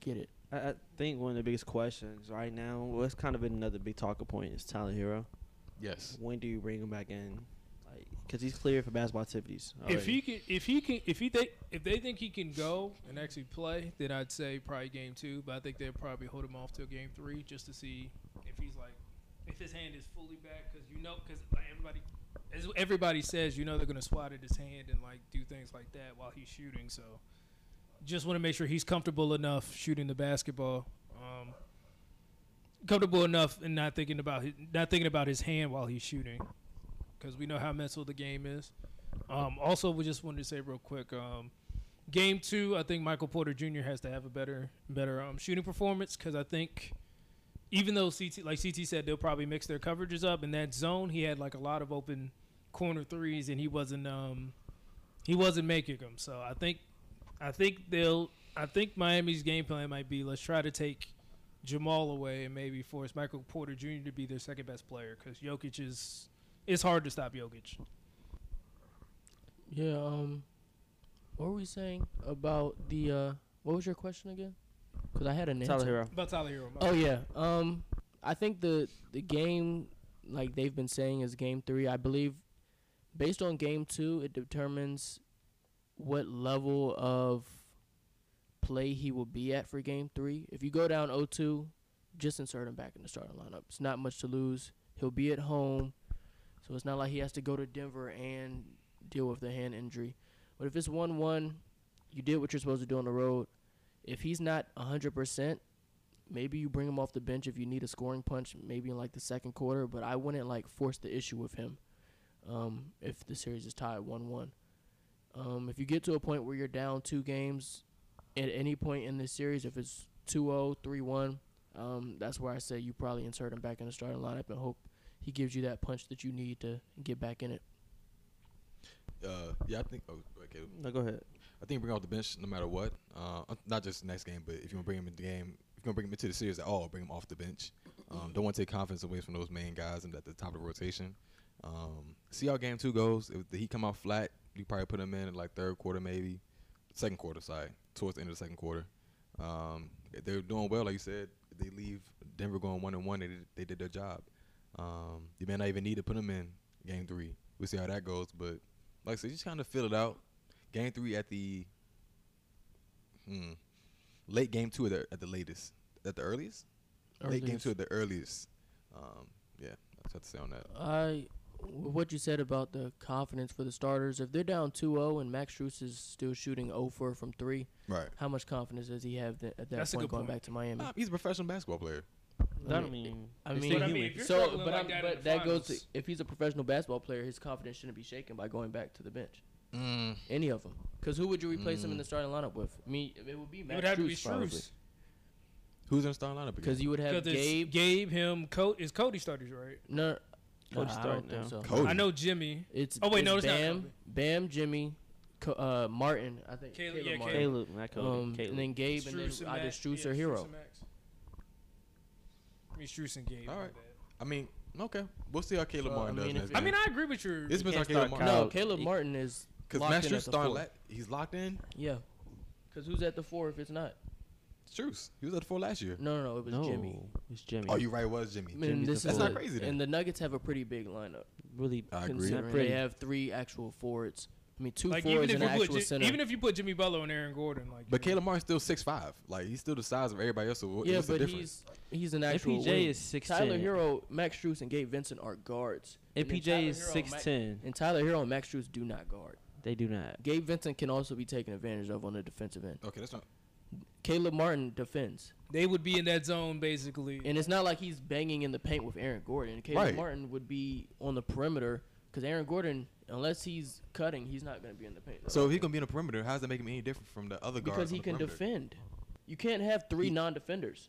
Speaker 4: get it.
Speaker 3: I, I think one of the biggest questions right now, well, it's kind of been another big talking point is Tyler Hero.
Speaker 2: Yes.
Speaker 3: When do you bring him back in? Like, cause he's clear for basketball activities.
Speaker 1: If he can, if he can, if he think, if they think he can go and actually play, then I'd say probably game two. But I think they'll probably hold him off till game three just to see if he's like, if his hand is fully back, because you know, because like everybody, as everybody says, you know, they're gonna swat at his hand and like do things like that while he's shooting. So, just want to make sure he's comfortable enough shooting the basketball. Um, comfortable enough and not thinking about his, not thinking about his hand while he's shooting, because we know how mental the game is. Um, also, we just wanted to say real quick, um, game two, I think Michael Porter Jr. has to have a better better um, shooting performance because I think even though CT like CT said they'll probably mix their coverages up in that zone, he had like a lot of open corner threes and he wasn't um, he wasn't making them. So I think I think they'll I think Miami's game plan might be let's try to take Jamal away and maybe force Michael Porter Jr. to be their second best player because Jokic is it's hard to stop Jokic.
Speaker 4: Yeah, um what were we saying about the uh what was your question again? Cuz I had an answer.
Speaker 3: Tyler Hero,
Speaker 1: About Tyler Hero. my
Speaker 4: Oh yeah. Um I think the the game like they've been saying is game 3. I believe based on game 2 it determines what level of play he will be at for game 3. If you go down 0-2, just insert him back in the starting lineup. It's not much to lose. He'll be at home. So it's not like he has to go to Denver and deal with the hand injury. But if it's 1 1, you did what you're supposed to do on the road. If he's not 100%, maybe you bring him off the bench if you need a scoring punch, maybe in like the second quarter. But I wouldn't like force the issue with him um, if the series is tied 1 1. Um, if you get to a point where you're down two games at any point in this series, if it's oh, 2 0, 3 1, um, that's where I say you probably insert him back in the starting lineup and hope he he gives you that punch that you need to get back in it.
Speaker 2: Uh, yeah, I think. Oh, okay.
Speaker 3: No, go ahead.
Speaker 2: I think bring him off the bench no matter what. Uh, not just next game, but if you want to bring him in the game, if you want to bring him into the series at all, bring him off the bench. Um, don't want to take confidence away from those main guys and at the top of the rotation. Um, see how game two goes. If he come out flat, you probably put him in at like third quarter, maybe second quarter. Sorry, towards the end of the second quarter. Um, if they're doing well, like you said. if They leave Denver going one and one. They did, they did their job. Um, you may not even need to put him in game three. We'll see how that goes. But like I said, just kind of fill it out. Game three at the hmm, late game two at the, at the latest, at the earliest. Late game
Speaker 4: Earliest.
Speaker 2: two at the earliest. Um, yeah, that's what I have to say on that.
Speaker 4: I w- what you said about the confidence for the starters. If they're down 2-0 and Max Struess is still shooting 0 for from three,
Speaker 2: Right.
Speaker 4: how much confidence does he have th- at that
Speaker 1: That's a
Speaker 4: point
Speaker 1: good
Speaker 4: going
Speaker 1: point.
Speaker 4: back to Miami?
Speaker 2: Nah, he's a professional basketball player.
Speaker 3: I don't mean.
Speaker 4: I
Speaker 3: it's
Speaker 4: mean,
Speaker 3: still
Speaker 1: But I mean,
Speaker 3: human.
Speaker 1: if you're
Speaker 4: so,
Speaker 1: struggling
Speaker 4: but,
Speaker 1: like
Speaker 4: I'm-
Speaker 1: that in the
Speaker 4: but that goes to
Speaker 1: finals-
Speaker 4: if he's a professional basketball player, his confidence shouldn't be shaken by going back to the bench. Any of them, because who would you replace him in the starting lineup with? I mean, it would be
Speaker 1: Mm. It
Speaker 4: Max
Speaker 1: would have to be
Speaker 4: Strus probably,
Speaker 1: Shrews.
Speaker 2: Who's in the starting lineup?
Speaker 4: because
Speaker 2: Because
Speaker 4: you would have
Speaker 1: Because it's
Speaker 4: Gabe.
Speaker 1: Gabe, him, Cody. Is Cody started right?
Speaker 4: No, nah,
Speaker 3: Coach
Speaker 4: I
Speaker 3: starting
Speaker 4: don't think
Speaker 3: now.
Speaker 4: so.
Speaker 2: Cody.
Speaker 1: I know Jimmy.
Speaker 4: It's
Speaker 1: Oh, wait, no, it's not
Speaker 4: Bam,
Speaker 1: Kobe.
Speaker 4: Bam, Jimmy, Co- uh, Martin. I think
Speaker 1: Caleb-
Speaker 4: Caleb,
Speaker 1: yeah,
Speaker 4: Martin.
Speaker 3: Caleb, not Cody.
Speaker 4: Um,
Speaker 3: Caleb.
Speaker 4: and then Gabe, and then
Speaker 1: Strus
Speaker 4: either
Speaker 1: Max-
Speaker 4: Strus
Speaker 1: yeah,
Speaker 4: or Hero.
Speaker 1: and Max. I mean, Strus and Gabe. my
Speaker 2: Alright.
Speaker 1: bad.
Speaker 2: I mean, okay. We'll see how Caleb
Speaker 4: So,
Speaker 2: Martin
Speaker 4: I
Speaker 2: does
Speaker 4: mean,
Speaker 2: next
Speaker 4: if-
Speaker 1: I
Speaker 2: game.
Speaker 1: mean, I agree with your.
Speaker 2: it's been
Speaker 3: can't
Speaker 2: like Caleb
Speaker 3: start
Speaker 2: Martin.
Speaker 4: No,
Speaker 3: Kyle-
Speaker 4: Caleb
Speaker 3: he-
Speaker 4: Martin is
Speaker 2: Because
Speaker 4: locked in
Speaker 2: Master
Speaker 4: at the
Speaker 2: starting,
Speaker 4: four.
Speaker 2: la- he's locked in.
Speaker 4: Yeah, because who's at the four if it's not?
Speaker 2: It's true. He was at the four last year.
Speaker 4: No, no, no. It was
Speaker 3: no,
Speaker 4: Jimmy.
Speaker 3: it's Jimmy.
Speaker 2: Oh, you right. It was Jimmy.
Speaker 4: I
Speaker 3: Jimmy's
Speaker 4: mean,
Speaker 3: the
Speaker 4: this
Speaker 2: four. That's
Speaker 4: is
Speaker 2: not
Speaker 4: what-
Speaker 2: crazy then.
Speaker 4: And the Nuggets have a pretty big lineup.
Speaker 3: really?
Speaker 2: I agree.
Speaker 3: considering
Speaker 4: Considering
Speaker 3: Pretty.
Speaker 4: they have three actual forwards. I mean, two
Speaker 1: Like even
Speaker 4: forwards
Speaker 1: if
Speaker 4: and
Speaker 1: you
Speaker 4: an
Speaker 1: put
Speaker 4: actual
Speaker 1: Ji-
Speaker 4: center.
Speaker 1: even if you put Jimmy Butler and Aaron Gordon, like
Speaker 2: But
Speaker 1: you know,
Speaker 2: Caleb Martin's still six five. Like he's still the size of everybody else. So what,
Speaker 4: yeah,
Speaker 2: what's the
Speaker 4: but
Speaker 2: difference?
Speaker 4: he's he's an actual.
Speaker 3: MPJ
Speaker 4: wing.
Speaker 3: is six
Speaker 4: Tyler
Speaker 3: ten.
Speaker 4: Hero, Max Strus, and Gabe Vincent are guards. And then Tyler
Speaker 3: MPJ is
Speaker 4: Hero,
Speaker 3: six
Speaker 4: Max-
Speaker 3: ten.
Speaker 4: And Tyler Hero and Max Strus do not guard.
Speaker 3: They do not.
Speaker 4: Gabe Vincent can also be taken advantage of on the defensive end.
Speaker 2: okay, that's not.
Speaker 4: Caleb Martin defends,
Speaker 1: they would be in that zone basically.
Speaker 4: and it's not like he's banging in the paint with Aaron Gordon. Caleb
Speaker 2: Right.
Speaker 4: Martin would be on the perimeter because Aaron Gordon, unless he's cutting, he's not going to be in the paint.
Speaker 2: So if he's gonna be in the perimeter, how does that make him any different from the other guards?
Speaker 4: because
Speaker 2: on
Speaker 4: he
Speaker 2: the
Speaker 4: can
Speaker 2: perimeter?
Speaker 4: defend. You can't have three non-defenders.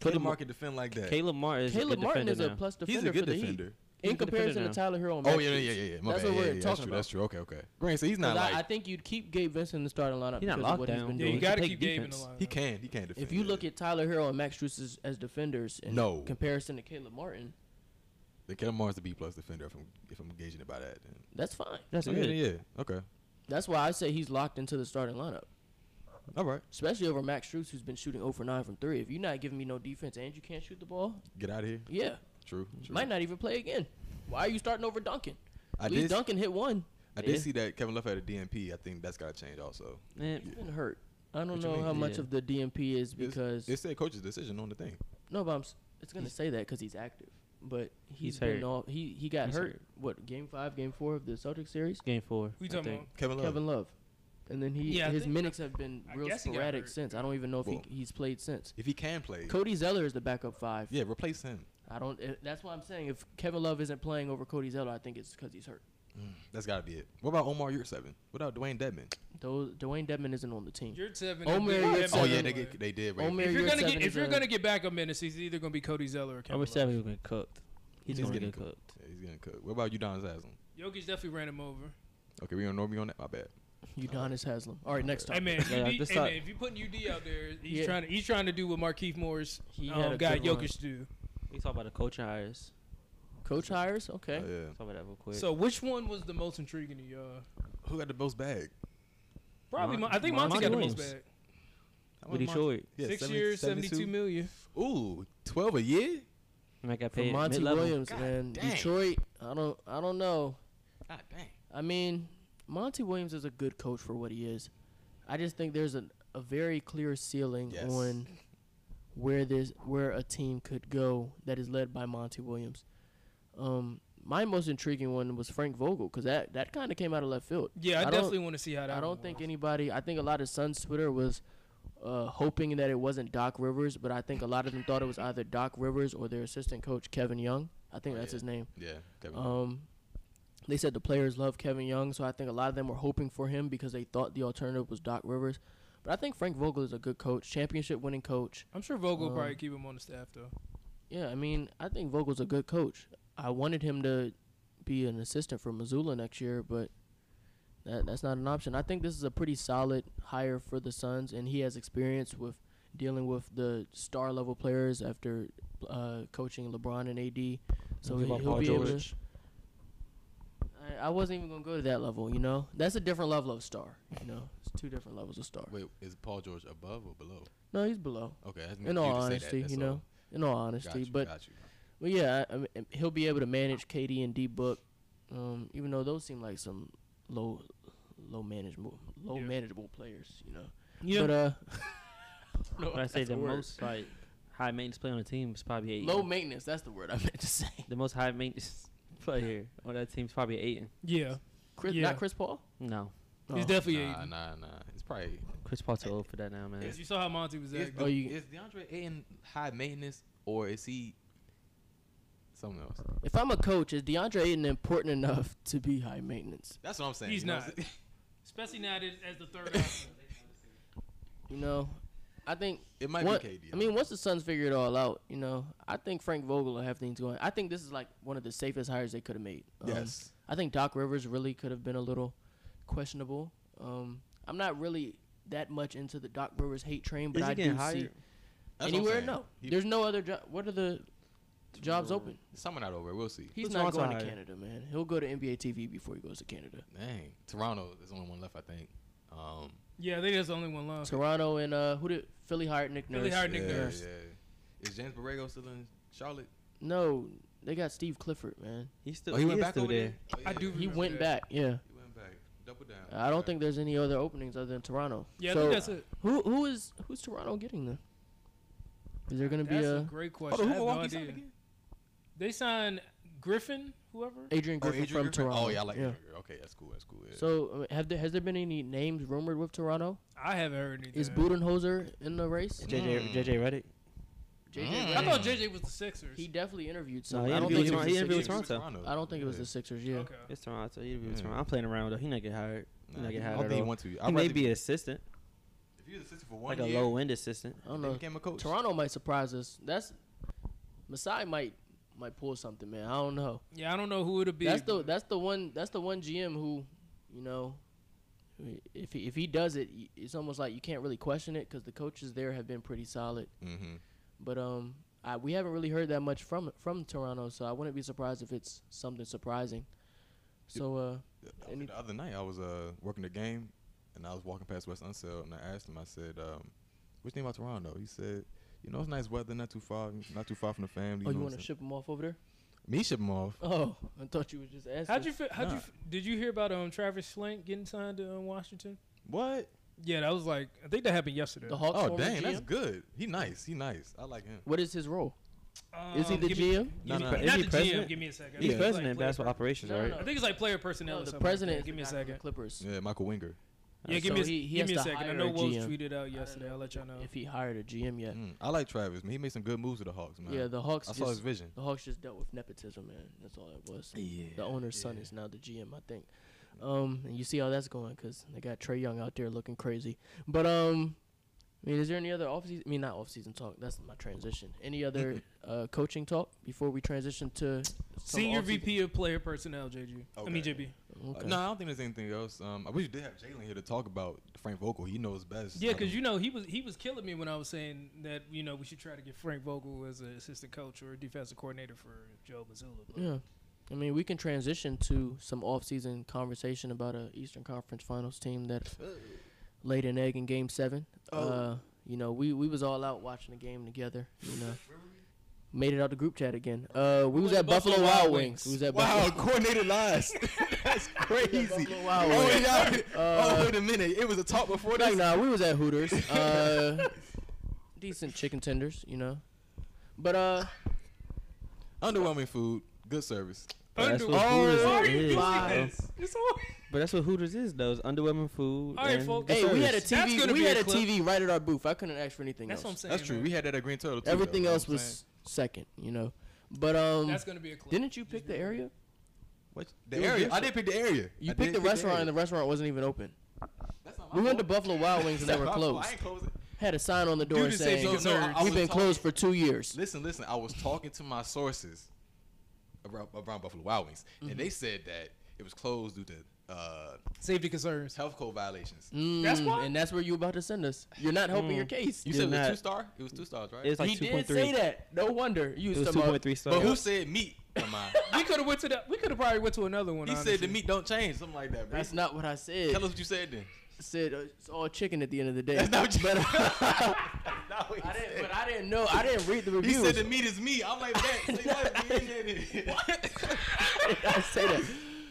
Speaker 2: Caleb
Speaker 3: Caleb
Speaker 2: Martin defend like that.
Speaker 3: Caleb Martin is a
Speaker 4: Caleb
Speaker 3: good
Speaker 4: Martin
Speaker 3: defender
Speaker 4: is a
Speaker 3: now.
Speaker 4: plus defender
Speaker 2: he's a good
Speaker 4: for the
Speaker 2: defender.
Speaker 4: Heat.
Speaker 3: He's
Speaker 4: In
Speaker 3: a good
Speaker 4: comparison to
Speaker 3: defender now.
Speaker 4: Tyler Hero, and
Speaker 2: Oh
Speaker 4: Max
Speaker 2: yeah, yeah,
Speaker 4: Strus.
Speaker 2: yeah, yeah. My
Speaker 4: That's
Speaker 2: bad.
Speaker 4: what
Speaker 2: yeah,
Speaker 4: we're
Speaker 2: yeah, that's
Speaker 4: talking
Speaker 2: true.
Speaker 4: about.
Speaker 2: That's true. Okay, okay. Grant, so he's not
Speaker 4: 'Cause
Speaker 2: like
Speaker 4: I, I think you'd keep Gabe Vincent in the starting lineup
Speaker 3: He's not
Speaker 4: because of what he's
Speaker 3: lockdown.
Speaker 4: been
Speaker 1: yeah, you
Speaker 4: doing.
Speaker 1: got to
Speaker 3: take
Speaker 1: keep Gabe in the
Speaker 3: defense.
Speaker 1: line.
Speaker 2: he can. He can defend.
Speaker 4: If you
Speaker 2: yeah.
Speaker 4: look at Tyler Hero and Max Strus as, as defenders, in
Speaker 2: No.
Speaker 4: comparison to Caleb Martin,
Speaker 2: the Caleb Martin's a B plus defender. If I'm if I'm gauging it by that. Then.
Speaker 4: that's fine.
Speaker 3: That's
Speaker 2: yeah,
Speaker 3: good.
Speaker 2: yeah, yeah. Okay.
Speaker 4: That's why I say he's locked into the starting lineup,
Speaker 2: All right.
Speaker 4: especially over Max Strus, who's been shooting 0 for 9 from 3. If you're not giving me no defense and you can't shoot the ball,
Speaker 2: Get out of here.
Speaker 4: yeah,
Speaker 2: True. true.
Speaker 4: might not even play again. Why are you starting over Duncan?
Speaker 2: I
Speaker 4: At least
Speaker 2: did.
Speaker 4: Duncan hit one.
Speaker 2: I did
Speaker 3: Yeah.
Speaker 2: see that Kevin Love had a DMP. I think that's got to change also.
Speaker 3: Man,
Speaker 4: He's been hurt. I
Speaker 2: What
Speaker 4: don't
Speaker 2: you
Speaker 4: know
Speaker 2: mean?
Speaker 4: how much
Speaker 3: Yeah.
Speaker 4: of the DMP is because
Speaker 2: It said coach's decision on the thing.
Speaker 4: no, but I'm, s- it's gonna say that because he's active, but he's
Speaker 3: He's
Speaker 4: been
Speaker 3: hurt.
Speaker 4: off. He he got
Speaker 3: He's
Speaker 4: hurt.
Speaker 3: hurt.
Speaker 4: What game five, game four of the Celtics series?
Speaker 3: Game four.
Speaker 1: Who you
Speaker 3: I
Speaker 1: talking
Speaker 3: think.
Speaker 1: about?
Speaker 2: Kevin Love.
Speaker 4: Kevin Love, and then he
Speaker 1: Yeah, I
Speaker 4: his
Speaker 1: think-
Speaker 4: minutes have been
Speaker 1: I
Speaker 4: real
Speaker 1: guess he got
Speaker 4: sporadic
Speaker 1: hurt.
Speaker 4: since. I don't even know if
Speaker 2: Well-
Speaker 4: he, he's played since.
Speaker 2: If he can play,
Speaker 4: Cody Zeller is the backup five.
Speaker 2: yeah, replace him.
Speaker 4: I don't. eh, That's why I'm saying if Kevin Love isn't playing over Cody Zeller, I think it's because he's hurt.
Speaker 2: Mm, That's got to be it. What about Omar Yurt seven? What about Dwayne Dedman?
Speaker 4: Though Dwayne Dedman isn't on the team.
Speaker 1: You're seven.
Speaker 4: Omer,
Speaker 1: You're
Speaker 4: you're
Speaker 1: seven.
Speaker 2: Oh
Speaker 4: seven.
Speaker 2: yeah, they get, they did.
Speaker 4: Omer-
Speaker 2: Omer,
Speaker 1: If you're
Speaker 4: You're
Speaker 1: gonna
Speaker 4: seven
Speaker 1: get
Speaker 4: is
Speaker 1: if you're
Speaker 4: a-
Speaker 1: gonna get backup minutes, he's either gonna be Cody Zeller or Kevin
Speaker 3: Number
Speaker 1: Love.
Speaker 3: seven is gonna get cooked. He's,
Speaker 2: He's
Speaker 3: gonna
Speaker 2: getting
Speaker 3: get cooked.
Speaker 2: yeah, he's getting cooked. What about Udonis Haslam?
Speaker 1: Jokic definitely ran him over.
Speaker 2: Okay, we don't know me on that. My bad.
Speaker 4: Udonis Haslam. All right, next
Speaker 1: Hey
Speaker 4: time.
Speaker 1: man, if,
Speaker 3: Yeah,
Speaker 1: you
Speaker 3: just
Speaker 1: hey,
Speaker 3: stop.
Speaker 1: man, if you putting UD out there, he's
Speaker 4: Yeah.
Speaker 1: trying to he's trying to do what Markeith Morris
Speaker 4: He
Speaker 1: um,
Speaker 4: had a
Speaker 1: got
Speaker 4: good run.
Speaker 1: Jokic to do.
Speaker 3: We talk about the coaching hires.
Speaker 4: Coach hires. Okay.
Speaker 2: Oh, yeah.
Speaker 3: Talk about that real quick.
Speaker 1: So which one was the most intriguing to y'all?
Speaker 2: Who got the most bag?
Speaker 1: Probably,
Speaker 3: Mon-
Speaker 1: Mon- I think
Speaker 3: Mon-
Speaker 1: Monty, got the
Speaker 3: Monty
Speaker 1: most
Speaker 3: Williams.
Speaker 1: back.
Speaker 2: How
Speaker 3: with
Speaker 2: much Monty-
Speaker 3: Detroit,
Speaker 2: Yeah,
Speaker 1: Six
Speaker 2: 70
Speaker 1: years, seventy-two million.
Speaker 2: Ooh, twelve a year.
Speaker 3: and I got
Speaker 4: For
Speaker 3: paid
Speaker 4: Monty
Speaker 3: mid-level.
Speaker 4: Williams,
Speaker 2: God
Speaker 4: man.
Speaker 2: dang.
Speaker 4: Detroit. I don't. I don't know.
Speaker 2: God dang.
Speaker 4: I mean, Monty Williams is a good coach for what he is. I just think there's a, a very clear ceiling
Speaker 2: Yes.
Speaker 4: on where this where a team could go that is led by Monty Williams. Um, my most intriguing one was Frank Vogel because that that kind of came out of left field.
Speaker 1: Yeah, I,
Speaker 4: I don't-
Speaker 1: definitely want to see how that.
Speaker 4: I
Speaker 1: one
Speaker 4: don't think
Speaker 1: was.
Speaker 4: anybody. I think a lot of Suns Twitter was uh, hoping that it wasn't Doc Rivers, but I think a lot of them thought it was either Doc Rivers or their assistant coach Kevin Young. I think
Speaker 2: Oh,
Speaker 4: that's
Speaker 2: yeah.
Speaker 4: his name.
Speaker 2: Yeah, Kevin.
Speaker 4: Um, they said the players love Kevin Young, so I think a lot of them were hoping for him because they thought the alternative was Doc Rivers. But I think Frank Vogel is a good coach, championship winning coach.
Speaker 1: I'm sure Vogel will
Speaker 4: um,
Speaker 1: probably keep him on the staff though.
Speaker 4: Yeah, I mean, I think Vogel's a good coach. I wanted him to be an assistant for Missoula next year, but that that's not an option. I think this is a pretty solid hire for the Suns, and he has experience with dealing with the star level players after uh, coaching LeBron and AD. So he,
Speaker 5: What
Speaker 4: will
Speaker 5: about Paul
Speaker 4: be able. To,
Speaker 5: George?
Speaker 4: I, I wasn't even gonna go to that level, you know. That's a different level of star. You know, it's two different levels of star.
Speaker 2: Wait, is Paul George above or below?
Speaker 4: No, he's below.
Speaker 2: Okay, that's
Speaker 4: In all
Speaker 2: you to say that,
Speaker 4: honesty,
Speaker 2: that's
Speaker 4: you know,
Speaker 2: all.
Speaker 4: in all
Speaker 2: Got
Speaker 4: honesty,
Speaker 2: you,
Speaker 4: but
Speaker 2: got you.
Speaker 4: Well, yeah, I, I mean, he'll be able to manage KD and D Book, um, even though those seem like some low, low manageable, low
Speaker 1: Yeah.
Speaker 4: manageable players, you know.
Speaker 1: Yeah.
Speaker 4: But uh,
Speaker 3: But I say
Speaker 4: that's
Speaker 3: the
Speaker 4: the word.
Speaker 3: most like high maintenance player on the team is probably Aiden.
Speaker 4: low maintenance. That's the word I meant to say.
Speaker 3: the most high maintenance player on that team is probably Aiden.
Speaker 1: Yeah,
Speaker 4: Chris,
Speaker 1: Yeah.
Speaker 4: not Chris Paul.
Speaker 3: No,
Speaker 1: he's
Speaker 4: Oh.
Speaker 1: definitely.
Speaker 2: Nah,
Speaker 1: Aiden.
Speaker 2: nah, nah. It's probably.
Speaker 3: Chris Paul too old for that now, man.
Speaker 1: Yes, You saw how Monty was
Speaker 2: Is,
Speaker 1: acting.
Speaker 4: Oh, you-
Speaker 2: is DeAndre Ayton high maintenance or is he something else?
Speaker 4: If I'm a coach, is DeAndre Ayton important enough to be high maintenance?
Speaker 2: That's what I'm saying.
Speaker 1: He's
Speaker 2: you know what I'm
Speaker 1: not.
Speaker 2: saying?
Speaker 1: Especially now that as the third option.
Speaker 4: You know, I think.
Speaker 2: It might
Speaker 4: one-
Speaker 2: be KD.
Speaker 4: I mean, once the Suns figure it all out, you know, I think Frank Vogel will have things going. I think this is like one of the safest hires they could have made. Um,
Speaker 2: yes.
Speaker 4: I think Doc Rivers really could have been a little questionable. Um, I'm not really that much into the Doc Rivers hate train, but
Speaker 3: Is he
Speaker 4: I do
Speaker 3: getting
Speaker 4: see
Speaker 3: hired?
Speaker 2: That's what I'm
Speaker 4: anywhere.
Speaker 2: saying.
Speaker 4: No,
Speaker 2: He-
Speaker 4: there's no other job. What are the jobs
Speaker 3: Tomorrow.
Speaker 4: open?
Speaker 2: Someone out over. We'll see.
Speaker 4: He's
Speaker 3: Who's
Speaker 4: not
Speaker 3: Toronto
Speaker 4: going to
Speaker 3: hired?
Speaker 4: Canada, man. He'll go to NBA TV before he goes to Canada.
Speaker 2: Dang. Toronto. There's only one left, I think. Um,
Speaker 1: yeah, I think that's the only one left.
Speaker 4: Toronto and uh, who did Philly hired Nick Nurse?
Speaker 1: Philly hired Nick
Speaker 2: yeah,
Speaker 1: Nurse.
Speaker 2: yeah. Is James Borrego still in Charlotte?
Speaker 4: No, they got Steve Clifford, man.
Speaker 3: He's still.
Speaker 2: oh, he, went
Speaker 3: is
Speaker 2: back
Speaker 3: still
Speaker 2: over there.
Speaker 3: there.
Speaker 2: Oh,
Speaker 1: I
Speaker 2: yeah.
Speaker 1: do
Speaker 4: He
Speaker 1: Remember
Speaker 4: went
Speaker 1: that.
Speaker 4: back. Yeah,
Speaker 2: He went back. Double down.
Speaker 4: I don't
Speaker 2: Okay.
Speaker 4: think there's any other openings other than Toronto.
Speaker 1: Yeah, I
Speaker 4: so
Speaker 1: think that's it.
Speaker 4: who who is who's Toronto getting then? Is there going to be uh,
Speaker 1: That's a,
Speaker 4: a
Speaker 1: great
Speaker 2: Hold
Speaker 1: question.
Speaker 2: on,
Speaker 1: I
Speaker 2: who
Speaker 1: have no
Speaker 2: Milwaukee signed
Speaker 1: idea.
Speaker 2: again?
Speaker 1: They signed Griffin, whoever.
Speaker 4: Adrian
Speaker 2: Oh,
Speaker 4: Griffin
Speaker 2: Adrian
Speaker 4: from
Speaker 2: Griffin?
Speaker 4: Toronto?
Speaker 2: Oh, yeah, I like Adrian Griffin. Okay, that's cool. That's cool. Yeah.
Speaker 4: So uh, have there, has there been any names rumored with Toronto?
Speaker 1: I haven't heard anything.
Speaker 4: Is Budenholzer in the race?
Speaker 3: JJ
Speaker 2: Mm.
Speaker 3: JJ Reddick.
Speaker 4: JJ
Speaker 2: Mm.
Speaker 1: I
Speaker 4: Redick?
Speaker 1: thought JJ was the Sixers.
Speaker 4: he definitely interviewed
Speaker 3: No,
Speaker 4: some.
Speaker 3: he
Speaker 4: I don't
Speaker 3: interviewed
Speaker 4: think it
Speaker 3: Toronto-
Speaker 4: was
Speaker 3: he
Speaker 4: the
Speaker 3: interviewed
Speaker 4: Sixers.
Speaker 3: Toronto.
Speaker 4: I don't think it was
Speaker 2: Yeah.
Speaker 4: the Sixers. Yeah.
Speaker 1: Okay.
Speaker 3: It's Toronto. He
Speaker 2: Yeah.
Speaker 3: was Toronto. I'm playing around though. He not get hired. He
Speaker 2: Nah,
Speaker 3: not get
Speaker 2: I
Speaker 3: hired
Speaker 2: don't
Speaker 3: at
Speaker 2: think he
Speaker 3: all.
Speaker 2: want to.
Speaker 3: He may be an assistant,
Speaker 2: If you was assistant for one
Speaker 3: like a
Speaker 2: year,
Speaker 3: low end assistant.
Speaker 4: I don't
Speaker 2: then
Speaker 4: know.
Speaker 2: became a coach.
Speaker 4: uh, Toronto might surprise us. That's Masai might might pull something, man. I don't know.
Speaker 1: Yeah, I don't know who it'll be.
Speaker 4: That's the that's the one that's the one GM who, you know, if he, if he does it, y- it's almost like you can't really question it because the coaches there have been pretty solid.
Speaker 2: Mm-hmm.
Speaker 4: But um, I, we haven't really heard that much from from Toronto, so I wouldn't be surprised if it's something surprising. So uh, Any-
Speaker 2: the other night I was uh, working the game, and I was walking past West Unsell, and I asked him. I said, um, "What you think about Toronto?" He said, "You know, it's nice weather, not too far, not too far from the family."
Speaker 4: oh, you
Speaker 2: know
Speaker 4: want
Speaker 2: what
Speaker 4: to
Speaker 2: I'm
Speaker 4: ship them off over there?
Speaker 2: saying?" Me ship him off.
Speaker 4: Oh, I thought you were just asking.
Speaker 1: How'd you feel? How'd
Speaker 2: Nah.
Speaker 1: you f did you hear about um Travis Slank getting signed to um, Washington?
Speaker 2: What?
Speaker 1: Yeah, that was like I think that happened yesterday.
Speaker 4: the Hawks?
Speaker 2: Oh,
Speaker 4: former
Speaker 2: dang, that's
Speaker 4: GM?
Speaker 2: good. He nice. He nice. I like him.
Speaker 4: What is his role? is he
Speaker 1: Um,
Speaker 4: the
Speaker 1: give me-
Speaker 4: GM?
Speaker 2: No,
Speaker 1: give
Speaker 2: no,
Speaker 1: me-
Speaker 2: no.
Speaker 3: Is
Speaker 1: Not
Speaker 3: he
Speaker 1: the GM.
Speaker 3: president?
Speaker 1: Give me a second. I
Speaker 3: He's
Speaker 1: think it's
Speaker 3: president
Speaker 1: like
Speaker 3: in basketball
Speaker 1: player-
Speaker 3: operations,
Speaker 4: No, no,
Speaker 3: right?
Speaker 4: no.
Speaker 1: I think it's like player personnel.
Speaker 4: No,
Speaker 1: or
Speaker 4: the
Speaker 1: something like that.
Speaker 4: president. is
Speaker 1: give me
Speaker 4: the
Speaker 1: a
Speaker 4: guy from the
Speaker 1: second.
Speaker 4: Clippers.
Speaker 2: Yeah, Michael Winger.
Speaker 1: Yeah, give
Speaker 4: so
Speaker 1: me a,
Speaker 4: he- he
Speaker 1: give
Speaker 4: has
Speaker 1: me a
Speaker 4: to
Speaker 1: second. I
Speaker 4: hire
Speaker 1: know
Speaker 4: a
Speaker 1: Wolves
Speaker 4: GM.
Speaker 1: tweeted out yesterday. I'll let y'all know.
Speaker 4: If he hired a GM yet?
Speaker 2: Mm, I like Travis. Man, he made some good moves with the Hawks, man.
Speaker 4: Yeah, the Hawks.
Speaker 2: I saw his
Speaker 4: Just,
Speaker 2: vision.
Speaker 4: the Hawks just dealt with nepotism, man. That's all it was.
Speaker 2: Yeah.
Speaker 4: The owner's son is now the GM, I think. Um, and you see how that's going because they got Trey Young out there looking crazy. But um, I mean, is there any other off season? I mean, not off season talk. That's my transition. Any other uh, coaching talk before we transition to some
Speaker 1: Senior
Speaker 4: off-season-
Speaker 1: VP of player personnel, JG. I mean
Speaker 2: Okay.
Speaker 1: JB.
Speaker 4: Okay.
Speaker 2: No, I don't think there's anything else. Um, I wish you did have Jalen here to talk about Frank Vogel. He knows best.
Speaker 1: Yeah,
Speaker 2: I
Speaker 1: because
Speaker 2: mean,
Speaker 1: you know he was he was killing me when I was saying that you know we should try to get Frank Vogel as an assistant coach or defensive coordinator for Joe Mazzulla. but-
Speaker 4: Yeah. I mean, we can transition to some off-season conversation about a Eastern Conference Finals team that laid an egg in Game Seven.
Speaker 2: Oh.
Speaker 4: Uh, you know, we we was all out watching the game together. You know, made it out the group chat again. Uh, we was
Speaker 1: went
Speaker 4: at Buffalo Wild Wings. We was at
Speaker 2: Wow,
Speaker 4: Buffalo.
Speaker 2: coordinated lies. That's crazy.
Speaker 4: Buffalo Wild
Speaker 2: oh,
Speaker 4: Wings.
Speaker 2: wait, y'all-
Speaker 4: Uh,
Speaker 2: oh, wait a minute. It was a talk before
Speaker 4: Nah,
Speaker 2: that.
Speaker 4: nah, we was at Hooters. Uh, decent chicken tenders, you know. But uh,
Speaker 2: Underwhelming food, good service.
Speaker 3: But that's
Speaker 1: Under-
Speaker 3: what Hooters
Speaker 1: Why are you
Speaker 3: is,
Speaker 1: doing
Speaker 4: bro.
Speaker 1: this? Oh, It's all-
Speaker 3: But that's what Hooters is though. Is underwhelming food.
Speaker 1: All right,
Speaker 3: and
Speaker 1: folks.
Speaker 3: good
Speaker 4: hey, we had a
Speaker 3: service.
Speaker 1: That's
Speaker 4: TV.
Speaker 1: gonna
Speaker 4: We
Speaker 1: be a
Speaker 4: had a
Speaker 1: clip.
Speaker 4: TV right at our booth. I couldn't ask for anything
Speaker 1: That's what I'm
Speaker 4: else.
Speaker 1: saying.
Speaker 2: That's true.
Speaker 1: man.
Speaker 2: We had that at Green Turtle. Too,
Speaker 4: Everything
Speaker 2: though, you
Speaker 4: else
Speaker 2: know what I'm
Speaker 4: was second, you know. But um,
Speaker 1: That's gonna be a clip.
Speaker 4: didn't you
Speaker 1: Just
Speaker 4: pick
Speaker 1: be
Speaker 4: the
Speaker 1: real.
Speaker 4: area?
Speaker 2: saying? the area. I did pick the area.
Speaker 4: You
Speaker 2: I
Speaker 4: picked
Speaker 2: did
Speaker 4: the
Speaker 2: pick
Speaker 4: restaurant, and
Speaker 2: area.
Speaker 4: the restaurant wasn't even open.
Speaker 2: That's not my
Speaker 4: We went to
Speaker 2: fault.
Speaker 4: Buffalo Wild Wings and they
Speaker 2: That's
Speaker 4: were
Speaker 2: my fault. I
Speaker 4: closed.
Speaker 2: ain't closed it.
Speaker 4: Had a sign on the door
Speaker 1: Dude, this ain't
Speaker 4: saying
Speaker 1: no-
Speaker 2: So, no, I
Speaker 1: Concerned.
Speaker 2: was
Speaker 4: we've been
Speaker 2: talking-
Speaker 4: closed for two years.
Speaker 2: Listen, listen. I was talking to my sources. around, around Buffalo Wild Wings,
Speaker 4: Mm-hmm.
Speaker 2: and they said that it was closed due to uh,
Speaker 1: Safety concerns.
Speaker 2: health code violations.
Speaker 1: That's
Speaker 4: Mm,
Speaker 1: why-
Speaker 4: And that's where you about to send us. You're not helping your case.
Speaker 2: Hmm. You
Speaker 3: Did
Speaker 2: said it was
Speaker 3: not-
Speaker 2: two star. It was two stars, right?
Speaker 3: It's like
Speaker 4: he
Speaker 3: two
Speaker 4: did
Speaker 3: point three.
Speaker 4: say that. No wonder. You
Speaker 3: It was two
Speaker 4: talking about-
Speaker 3: point three stars.
Speaker 2: but who said meat? Come on.
Speaker 1: We could have went to that. We could have probably went to another one.
Speaker 2: he
Speaker 1: honestly.
Speaker 2: said the meat don't change, something like that. Bro.
Speaker 4: That's not what I said.
Speaker 2: Tell us what you said then.
Speaker 4: said uh, it's all chicken at the end of the day.
Speaker 2: That's not what you
Speaker 4: but,
Speaker 2: That's not what he
Speaker 4: I didn't,
Speaker 2: said.
Speaker 4: but I didn't know. I didn't read the
Speaker 2: He
Speaker 4: reviews.
Speaker 2: said the meat is meat. I'm like that. Say what? You said it.
Speaker 4: I say that.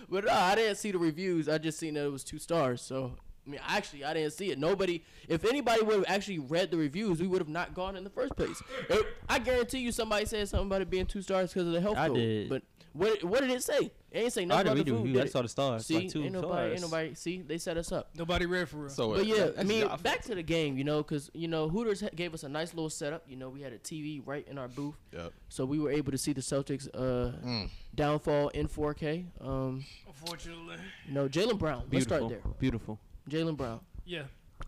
Speaker 4: But no, I didn't see the reviews. I just seen that it was two stars. So I mean, actually, I didn't see it. Nobody. If anybody would have actually read the reviews, we would have not gone in the first place. It- I guarantee you, somebody said something about it being two stars because of the health
Speaker 3: I
Speaker 4: code.
Speaker 3: did.
Speaker 4: But what what did it say? It ain't say
Speaker 3: I
Speaker 4: nothing
Speaker 3: didn't
Speaker 4: about
Speaker 3: read
Speaker 4: the
Speaker 3: the
Speaker 4: food.
Speaker 3: review.
Speaker 4: did
Speaker 3: I
Speaker 4: it?
Speaker 3: saw the stars.
Speaker 4: see,
Speaker 3: like two
Speaker 4: ain't nobody,
Speaker 3: stars.
Speaker 4: ain't nobody. See, they set us up.
Speaker 1: nobody read for real.
Speaker 2: So
Speaker 4: But
Speaker 2: uh,
Speaker 4: yeah,
Speaker 2: that's
Speaker 4: I mean,
Speaker 2: y'all fault.
Speaker 4: back to the game, you know, because you know Hooters ha- gave us a nice little setup. You know, we had a TV right in our booth,
Speaker 2: Yep.
Speaker 4: so we were able to see the Celtics' uh,
Speaker 2: Mm.
Speaker 4: downfall in 4K. Um,
Speaker 1: Unfortunately,
Speaker 4: you know, Jalen Brown.
Speaker 3: Beautiful.
Speaker 4: Let's start
Speaker 3: Beautiful.
Speaker 4: there. Jalen Brown.
Speaker 1: yeah.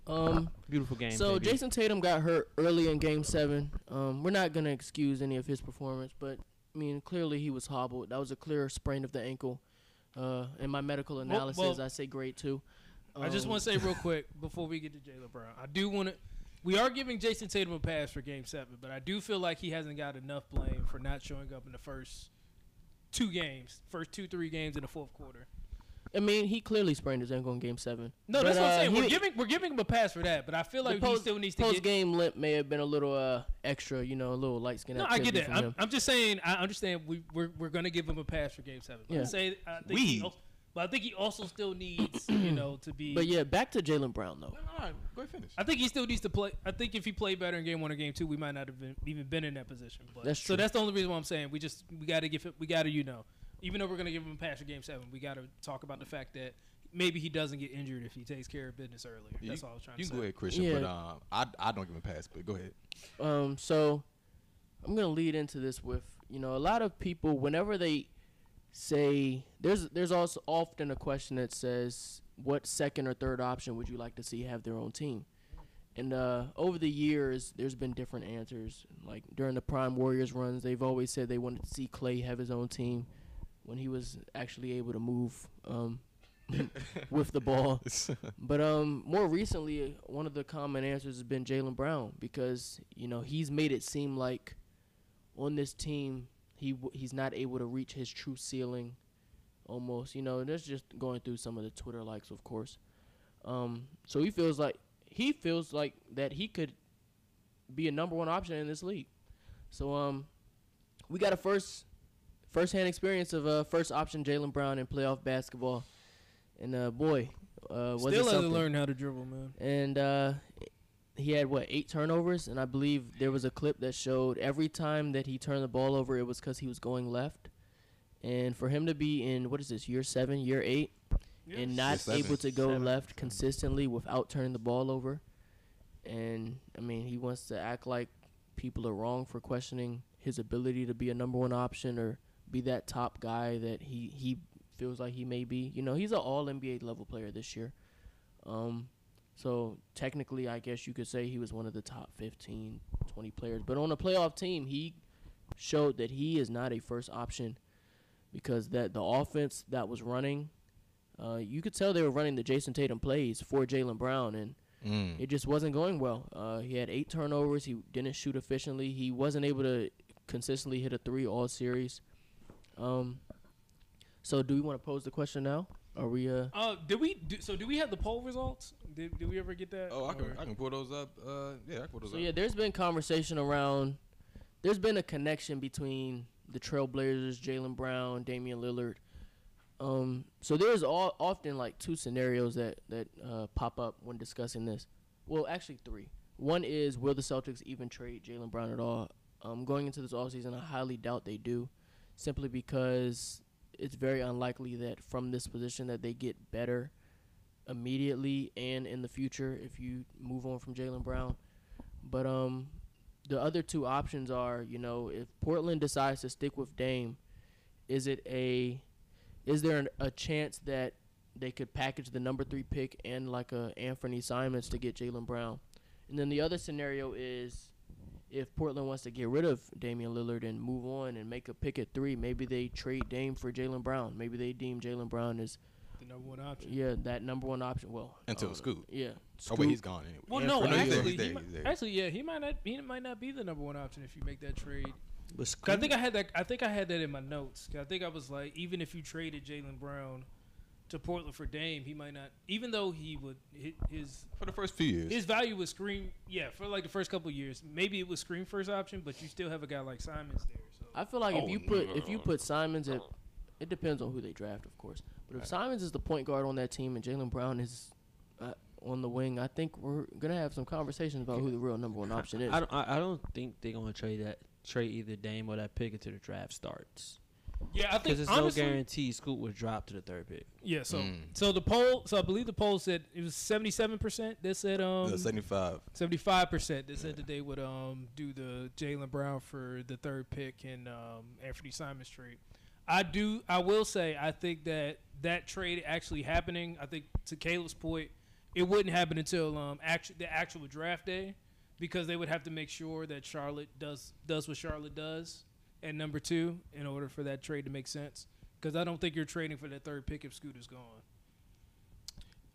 Speaker 4: Um,
Speaker 3: Beautiful game.
Speaker 4: so
Speaker 3: baby.
Speaker 4: Jason Tatum got hurt early in Game Seven. Um, we're not gonna excuse any of his performance, but I mean, clearly he was hobbled. That was a clear sprain of the ankle. Uh, in my medical analysis,
Speaker 1: well-
Speaker 4: I say grade two.
Speaker 1: I just
Speaker 4: Um,
Speaker 1: want to say real quick before we get to Jalen Brown, I do want to. We are giving Jason Tatum a pass for Game Seven, but I do feel like he hasn't got enough blame for not showing up in the first two games, first two three games in the fourth quarter.
Speaker 4: I mean, he clearly sprained his ankle in Game Seven.
Speaker 1: No,
Speaker 4: But,
Speaker 1: that's what
Speaker 4: uh,
Speaker 1: I'm saying.
Speaker 4: he-
Speaker 1: We're giving we're giving him a pass for that, but I feel like he still needs to
Speaker 4: post
Speaker 1: get.
Speaker 4: game limp may have been a little uh, extra, you know, a little light skin.
Speaker 1: no, I get
Speaker 4: activity
Speaker 1: that.
Speaker 4: from
Speaker 1: I'm,
Speaker 4: him.
Speaker 1: I'm just saying. I understand. We we're, we're gonna give him a pass for Game Seven. But
Speaker 4: Yeah.
Speaker 1: I say I think
Speaker 2: We.
Speaker 1: He also, but I think he also still needs you know to be.
Speaker 4: But yeah, back to Jalen Brown though.
Speaker 2: No, no, no, go ahead finish.
Speaker 1: I think he still needs to play. I think if he played better in game one or game two, we might not have been, even been in that position. But,
Speaker 4: That's true.
Speaker 1: So that's the only reason why I'm saying we just we got to give it. We got to you know, even though we're gonna give him a pass for game seven, we got to talk about the fact that maybe he doesn't get injured if he takes care of business earlier.
Speaker 2: You-
Speaker 1: that's all I was trying
Speaker 2: You
Speaker 1: to
Speaker 2: can
Speaker 1: say.
Speaker 2: go ahead, Christian,
Speaker 4: Yeah.
Speaker 2: but um, I I don't give him a pass. But go ahead.
Speaker 4: Um, so I'm gonna lead into this with you know a lot of people whenever they say there's there's also often a question that says what second or third option would you like to see have their own team, and uh, over the years there's been different answers. Like during the prime Warriors runs, they've always said they wanted to see Clay have his own team when he was actually able to move um, with the ball. But um, more recently, one of the common answers has been Jalen Brown because you know he's made it seem like on this team he w- he's not able to reach his true ceiling. Almost, you know, and that's just going through some of the Twitter likes, of course. Um, so he feels like he feels like that he could be a number one option in this league. So um, we got a first first hand experience of uh, first option Jalen Brown in playoff basketball, and uh, boy, uh, was it
Speaker 1: Still
Speaker 4: something
Speaker 1: hasn't learned how to dribble, man.
Speaker 4: and uh, he had what eight turnovers, and I believe there was a clip that showed every time that he turned the ball over, it was because he was going left. And for him to be in what is this year seven, year eight, and not
Speaker 2: Year seven.
Speaker 4: able to go
Speaker 3: Seven.
Speaker 4: left consistently without turning the ball over, and I mean he wants to act like people are wrong for questioning his ability to be a number one option or be that top guy that he he feels like he may be. You know, he's an All NBA level player this year. Um, so technically, I guess you could say he was one of the top 15, 20 players. But on a playoff team, he showed that he is not a first option because that the offense that was running, uh, you could tell they were running the Jason Tatum plays for Jalen Brown, and
Speaker 2: Mm.
Speaker 4: it just wasn't going well. Uh, he had eight turnovers. He didn't shoot efficiently. He wasn't able to consistently hit a three all series. Um, so do we want to pose the question now? Are we uh?
Speaker 1: Uh, did we? Do, so do we have the poll results? Did, did we ever get that?
Speaker 2: Oh, I can
Speaker 1: Or-
Speaker 2: I can pull those up. Uh, yeah, I can pull those
Speaker 4: So
Speaker 2: up.
Speaker 4: yeah, there's been conversation around. There's been a connection between the Trailblazers, Jalen Brown, Damian Lillard. Um, so there's all, often like two scenarios that that uh, pop up when discussing this. Well, actually three. One is will the Celtics even trade Jalen Brown at all? Um, going into this offseason, I highly doubt they do, simply because it's very unlikely that from this position that they get better immediately and in the future if you move on from Jalen Brown. But um, the other two options are, you know, if Portland decides to stick with Dame, is it a, is there an, a chance that they could package the number three pick and like a Anthony Simons to get Jalen Brown? And then the other scenario is, if Portland wants to get rid of Damian Lillard and move on and make a pick at three, maybe they trade Dame for Jalen Brown. Maybe they deem Jalen Brown as
Speaker 1: The number one option.
Speaker 4: yeah that number one option. Well,
Speaker 2: Until
Speaker 4: uh,
Speaker 2: Scoot.
Speaker 4: Yeah.
Speaker 2: Oh wait, he's gone anyway.
Speaker 1: Well,
Speaker 4: Yeah,
Speaker 1: no,
Speaker 4: for now, he's
Speaker 2: there,
Speaker 1: actually,
Speaker 2: he's there,
Speaker 1: he might,
Speaker 2: he's there.
Speaker 1: actually, yeah, he might not. He might not be the number one option if you make that trade.
Speaker 3: But
Speaker 1: 'Cause I think I had that. I think I had that in my notes. 'Cause I think I was like, even if you traded Jalen Brown to Portland for Dame, he might not. Even though he would, hi- his
Speaker 2: For the first few years.
Speaker 1: his value would scream. Yeah, for like the first couple of years, maybe it would scream first option, but you still have a guy like Simons there. So
Speaker 4: I feel like
Speaker 2: Oh,
Speaker 4: if you put if you
Speaker 2: no.
Speaker 4: put Simons at, it depends on who they draft, of course. But if Simons is the point guard on that team and Jalen Brown is uh, on the wing, I think we're gonna have some conversations about who the real number one option is.
Speaker 3: I don't. I, I don't think they're gonna trade that trade either Dame or that pick until the draft starts.
Speaker 1: yeah, I
Speaker 3: Because
Speaker 1: think
Speaker 3: there's
Speaker 1: honestly,
Speaker 3: no guarantee Scoot would drop to the third pick.
Speaker 1: yeah. So
Speaker 2: Mm.
Speaker 1: so the poll. So I believe the poll said it was seventy seven percent. They said um
Speaker 2: the 75.
Speaker 1: Seventy-five percent. They said that they would um do the Jalen Brown for the third pick and um Anthony Simons trade. I do. I will say I think that that trade actually happening. I think to Caleb's point, it wouldn't happen until um actually the actual draft day, because they would have to make sure that Charlotte does does what Charlotte does at number two in order for that trade to make sense. Because I don't think you're trading for that third pick if Scooter's gone.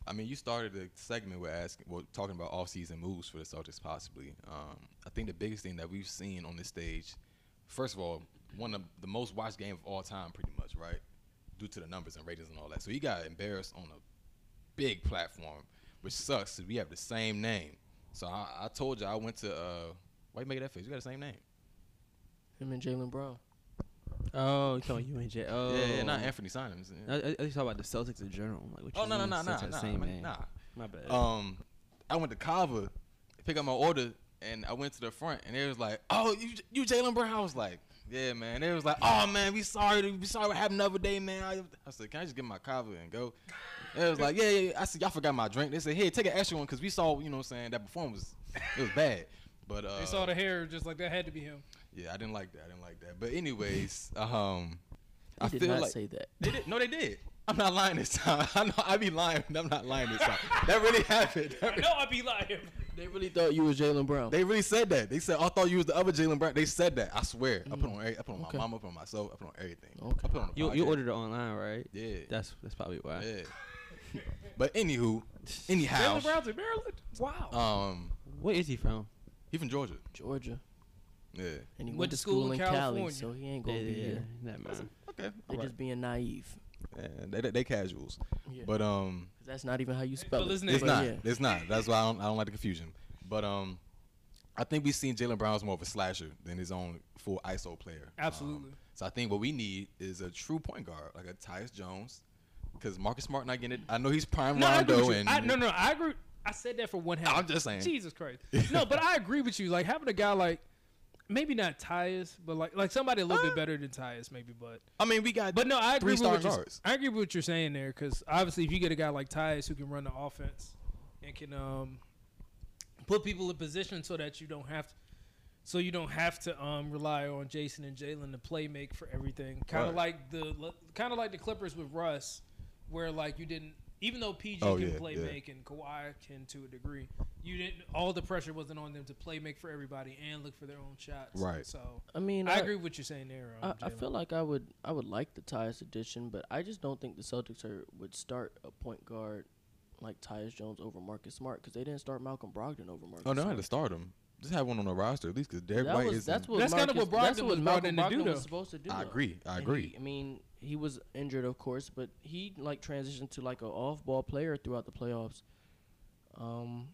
Speaker 2: I mean, you started the segment with asking, well, talking about off-season moves for the Celtics, possibly. Um, I think the biggest thing that we've seen on this stage, first of all, one of the most watched game of all time, pretty much, right? Due to the numbers and ratings and all that. So he got embarrassed on a big platform, which sucks 'cause we have the same name. So I, I told you I went to. Uh, why you making that face? You got the same name.
Speaker 4: Him and Jalen Brown.
Speaker 3: Oh, you talking you ain't J. Oh,
Speaker 2: Yeah, yeah, not Anthony Simons.
Speaker 3: I, I, I just talk about the Celtics in general. I'm like, what you
Speaker 2: Oh no no
Speaker 3: mean
Speaker 2: no no
Speaker 3: Celtics have the Same Oh,
Speaker 2: no
Speaker 3: name?
Speaker 2: nah.
Speaker 3: My bad.
Speaker 2: um, I went to Kava, pick up my order, and I went to the front, and they was like, "Oh, you you Jalen Brown?" I was like, "Yeah, man." They was like, "Oh man, we sorry, we sorry, what happened the other day, man." I, I said, "Can I just get my Kava and go?" They was like, "Yeah, yeah." yeah." I said, "Y'all forgot my drink." They said, "Hey, take an extra one, cause we saw, you know, what I'm saying that performance was it was bad." But uh,
Speaker 1: They saw the hair just like that had to be him.
Speaker 2: yeah, I didn't like that. I didn't like that. But anyways, um,
Speaker 4: He
Speaker 2: I
Speaker 4: did
Speaker 2: feel
Speaker 4: not
Speaker 2: like
Speaker 4: say that.
Speaker 2: they did. No, they did. I'm not lying this time. I know I be lying. but I'm not lying this time. That really happened. That really-
Speaker 1: No, I'd be lying.
Speaker 4: They really thought you was Jalen Brown.
Speaker 2: They really said that. They said, "Oh, "I thought you was the other Jalen Brown." They said that. I swear. I put on. every- I put on
Speaker 4: Mm. Okay.
Speaker 2: my mom. I put on myself. I put on everything.
Speaker 4: Okay.
Speaker 2: I put on. The
Speaker 3: you you
Speaker 2: podcast.
Speaker 3: ordered it online, right?
Speaker 2: Yeah.
Speaker 3: That's that's probably why.
Speaker 2: yeah. but anywho, anyhow,
Speaker 1: Jalen Brown's in Maryland. Wow.
Speaker 2: um,
Speaker 3: Where is he from?
Speaker 2: he from Georgia.
Speaker 4: Georgia.
Speaker 2: Yeah.
Speaker 4: And he went, to school, in Cali,
Speaker 1: California.
Speaker 4: so he ain't gonna be here.
Speaker 3: Never mind.
Speaker 2: Okay.
Speaker 4: They're just being naive.
Speaker 2: Yeah, they, they, they casuals.
Speaker 4: Yeah.
Speaker 2: But um,
Speaker 4: 'Cause that's not even how you spell
Speaker 1: but
Speaker 4: it.
Speaker 1: listen to
Speaker 2: it's
Speaker 1: But
Speaker 2: not.
Speaker 4: yeah.
Speaker 2: It's not. That's why I don't, I don't like the confusion. But um, I think we've seen Jalen Brown's more of a slasher than his own full ISO player.
Speaker 1: Absolutely.
Speaker 2: Um, so I think what we need is a true point guard, like a Tyus Jones, because Marcus Smart not getting it. I know he's prime
Speaker 1: No, I agree
Speaker 2: Rondo,
Speaker 1: with you.
Speaker 2: and
Speaker 1: I, no, no, I agree. I said that for one half.
Speaker 2: I'm just saying.
Speaker 1: Jesus Christ. No, but I agree with you. Like having a guy like maybe not Tyus, but like like somebody a little bit better than Tyus, maybe. But
Speaker 2: I mean, we got
Speaker 1: but no, I agree
Speaker 2: three
Speaker 1: with
Speaker 2: star
Speaker 1: what you're,
Speaker 2: guards.
Speaker 1: I agree with what you're saying there because obviously if you get a guy like Tyus who can run the offense and can um put people in position so that you don't have to. So you don't have to um, rely on Jason and Jalen to play make for everything. Kind of
Speaker 2: Right.
Speaker 1: like the kind of like the Clippers with Russ, where like you didn't even though PG
Speaker 2: Oh,
Speaker 1: can
Speaker 2: yeah,
Speaker 1: play
Speaker 2: yeah.
Speaker 1: make and Kawhi can to a degree, you didn't all the pressure wasn't on them to play make for everybody and look for their own shots.
Speaker 2: Right.
Speaker 1: So
Speaker 4: I mean,
Speaker 1: I agree with what you're saying there.
Speaker 4: I,
Speaker 1: Um,
Speaker 4: I
Speaker 1: Jalen.
Speaker 4: feel like I would I would like the Tyus addition, but I just don't think the Celtics are would start a point guard like Tyus Jones over Marcus Smart because they didn't start Malcolm Brogdon over Marcus.
Speaker 2: Oh no, I
Speaker 4: Smart.
Speaker 2: had to start him. Just have one on the roster at least, because Derek
Speaker 4: that
Speaker 2: White
Speaker 4: was
Speaker 2: is.
Speaker 4: that's what
Speaker 1: That's kinda
Speaker 4: Marcus,
Speaker 1: what
Speaker 4: that's
Speaker 1: Brogdon
Speaker 4: what
Speaker 1: was
Speaker 4: Malcolm
Speaker 1: brought in to do,
Speaker 4: Brogdon
Speaker 1: though.
Speaker 4: was supposed to do.
Speaker 2: I
Speaker 4: though.
Speaker 2: agree. I
Speaker 4: And
Speaker 2: agree.
Speaker 4: he- I mean, he was injured, of course, but he like transitioned to like a off-ball player throughout the playoffs. Um,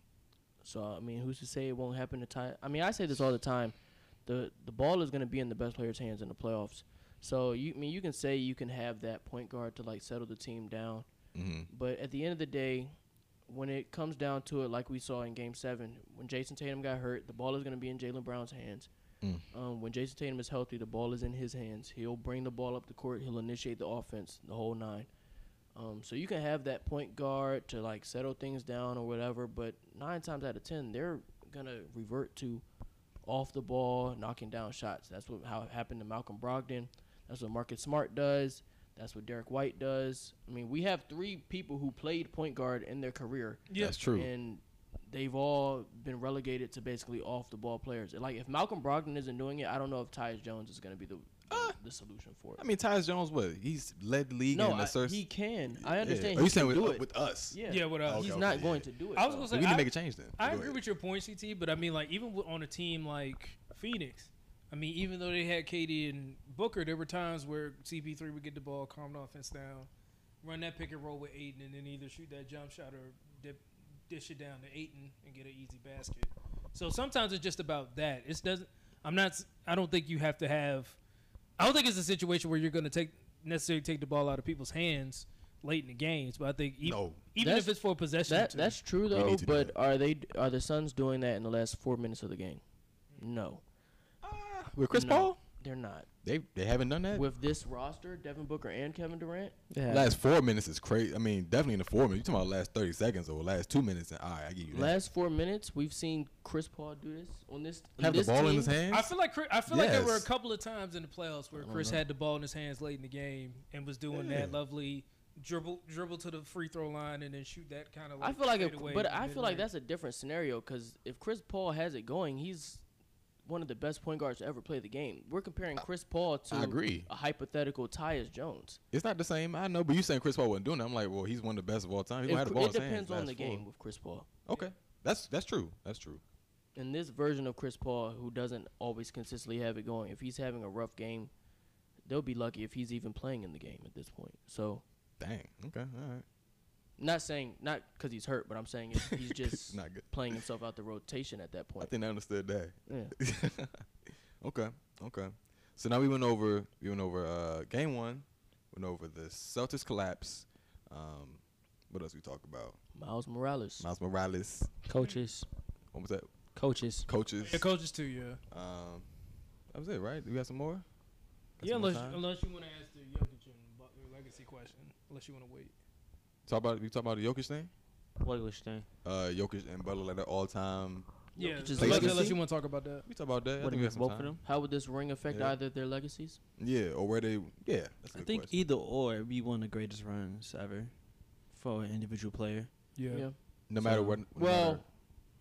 Speaker 4: so I mean, who's to say it won't happen to Ty? I mean, I say this all the time: the the ball is going to be in the best player's hands in the playoffs. So you I mean you can say you can have that point guard to like settle the team down,
Speaker 2: hmm
Speaker 4: but at the end of the day, when it comes down to it, like we saw in Game Seven, when Jason Tatum got hurt, the ball is going to be in Jalen Brown's hands.
Speaker 2: Mm.
Speaker 4: Um, when Jason Tatum is healthy, the ball is in his hands. He'll bring the ball up the court. He'll initiate the offense, the whole nine. Um, so you can have that point guard to like settle things down or whatever, but nine times out of ten, they're gonna revert to off the ball, knocking down shots. That's what how it happened to Malcolm Brogdon. That's what Marcus Smart does. That's what Derek White does. I mean, we have three people who played point guard in their career,
Speaker 1: yeah,
Speaker 2: That's true.
Speaker 4: and they've all been relegated to basically off the ball players. Like if Malcolm Brogdon isn't doing it, I don't know if Tyus Jones is going to be the
Speaker 2: Uh,
Speaker 4: the solution for it.
Speaker 2: I mean, Tyus Jones, what he's led the league
Speaker 4: no,
Speaker 2: in
Speaker 4: I-
Speaker 2: asserts.
Speaker 4: he can. I understand.
Speaker 2: Are
Speaker 4: he
Speaker 2: you saying with,
Speaker 4: can do
Speaker 2: uh,
Speaker 4: it.
Speaker 2: with us?
Speaker 4: yeah,
Speaker 1: Yeah, with us.
Speaker 4: he's
Speaker 2: Okay,
Speaker 4: not
Speaker 2: okay,
Speaker 4: going
Speaker 2: yeah.
Speaker 4: to do it.
Speaker 1: I was
Speaker 4: though.
Speaker 1: gonna say
Speaker 2: So we
Speaker 1: I-
Speaker 2: need to make a change then.
Speaker 1: I
Speaker 2: Go
Speaker 1: agree
Speaker 2: ahead.
Speaker 1: with your point, CT, but I mean, like, even with- on a team like Phoenix, I mean, even though they had Katie and Booker, there were times where CP3 would get the ball, calm the offense down, run that pick and roll with Aiden, and then either shoot that jump shot or dip, dish it down to Aiden and get an easy basket. So sometimes it's just about that. It doesn't. I'm not. s- I don't think you have to have. I don't think it's a situation where you're going to take necessarily take the ball out of people's hands late in the games. But I think even,
Speaker 2: No.
Speaker 1: even if
Speaker 4: That's-
Speaker 1: it's for possession,
Speaker 4: That
Speaker 1: too.
Speaker 4: that's true
Speaker 2: We
Speaker 4: though,
Speaker 2: need to do
Speaker 4: but
Speaker 2: that.
Speaker 4: are they are the Suns doing that in the last four minutes of the game? No,
Speaker 2: with Chris
Speaker 4: No.
Speaker 2: Paul,
Speaker 4: they're not.
Speaker 2: they they haven't done that.
Speaker 4: With this roster, Devin Booker and Kevin Durant,
Speaker 3: Yeah.
Speaker 2: Last four minutes is crazy. I mean, definitely in the four minutes. You talking about last thirty seconds or last two minutes? And all right, I give you that.
Speaker 4: last four minutes we've seen Chris Paul do this on this. on
Speaker 2: Have the
Speaker 4: this
Speaker 2: ball in
Speaker 4: team.
Speaker 2: his hands.
Speaker 1: I feel like Chris, I feel like there were a
Speaker 2: Yes.
Speaker 1: couple of times in the playoffs where Chris had the ball in his hands late in the game and was doing
Speaker 2: Yeah.
Speaker 1: that lovely dribble dribble to the free throw line and then shoot that kind of.
Speaker 4: I
Speaker 1: Like
Speaker 4: feel like, if,
Speaker 1: fadeaway
Speaker 4: but
Speaker 1: in the
Speaker 4: I
Speaker 1: middle
Speaker 4: feel like
Speaker 1: lane.
Speaker 4: that's a different scenario because if Chris Paul has it going, he's one of the best point guards to ever play the game. We're comparing Chris Paul to
Speaker 2: I agree.
Speaker 4: a hypothetical Tyus Jones.
Speaker 2: It's not the same. I know, but you saying Chris Paul wasn't doing it. I'm like, well, he's one of the best of all time. He
Speaker 4: If
Speaker 2: gonna have the
Speaker 4: Chr-
Speaker 2: ball
Speaker 4: it
Speaker 2: in his hands
Speaker 4: depends on
Speaker 2: last
Speaker 4: the
Speaker 2: four.
Speaker 4: game with Chris Paul.
Speaker 2: Okay, that's that's true. That's true.
Speaker 4: in this version of Chris Paul, who doesn't always consistently have it going, if he's having a rough game, they'll be lucky if he's even playing in the game at this point. So,
Speaker 2: Dang. Okay. All right.
Speaker 4: not saying not because he's hurt, but I'm saying if he's just
Speaker 2: Not good.
Speaker 4: playing himself out the rotation at that
Speaker 2: I
Speaker 4: point.
Speaker 2: think I understood that.
Speaker 4: Yeah.
Speaker 2: okay, okay. So now we went over we went over uh, game one, went over the Celtics collapse. Um, what else we talk about?
Speaker 4: Miles Morales,
Speaker 2: Miles Morales.
Speaker 3: Coaches.
Speaker 2: What was that?
Speaker 3: Coaches.
Speaker 2: Coaches.
Speaker 1: yeah, coaches too. Yeah,
Speaker 2: um, that was it, right? Do we got some more? Got
Speaker 1: yeah.
Speaker 2: some more
Speaker 1: Unless
Speaker 2: time?
Speaker 1: unless you want to ask the Jokic and Butler legacy question, unless you want to wait.
Speaker 2: talk about we talk about the Jokic thing.
Speaker 3: What was your thing?
Speaker 2: Uh, Jokic and Butler like the all time.
Speaker 1: Yeah,
Speaker 4: Jokic's
Speaker 1: unless,
Speaker 2: legacy?
Speaker 1: unless you want to talk about that.
Speaker 2: We talk about that. I
Speaker 3: What
Speaker 2: think we got some
Speaker 3: both
Speaker 2: time.
Speaker 3: of them?
Speaker 4: how would this ring affect
Speaker 2: Yeah.
Speaker 4: either of their legacies?
Speaker 2: Yeah, or where they? Yeah, that's a
Speaker 3: I
Speaker 2: good
Speaker 3: think
Speaker 2: question.
Speaker 3: either or it'd be one of the greatest runs ever for an individual player.
Speaker 1: Yeah.
Speaker 2: no matter
Speaker 3: so-
Speaker 2: what. no
Speaker 4: Well-
Speaker 2: matter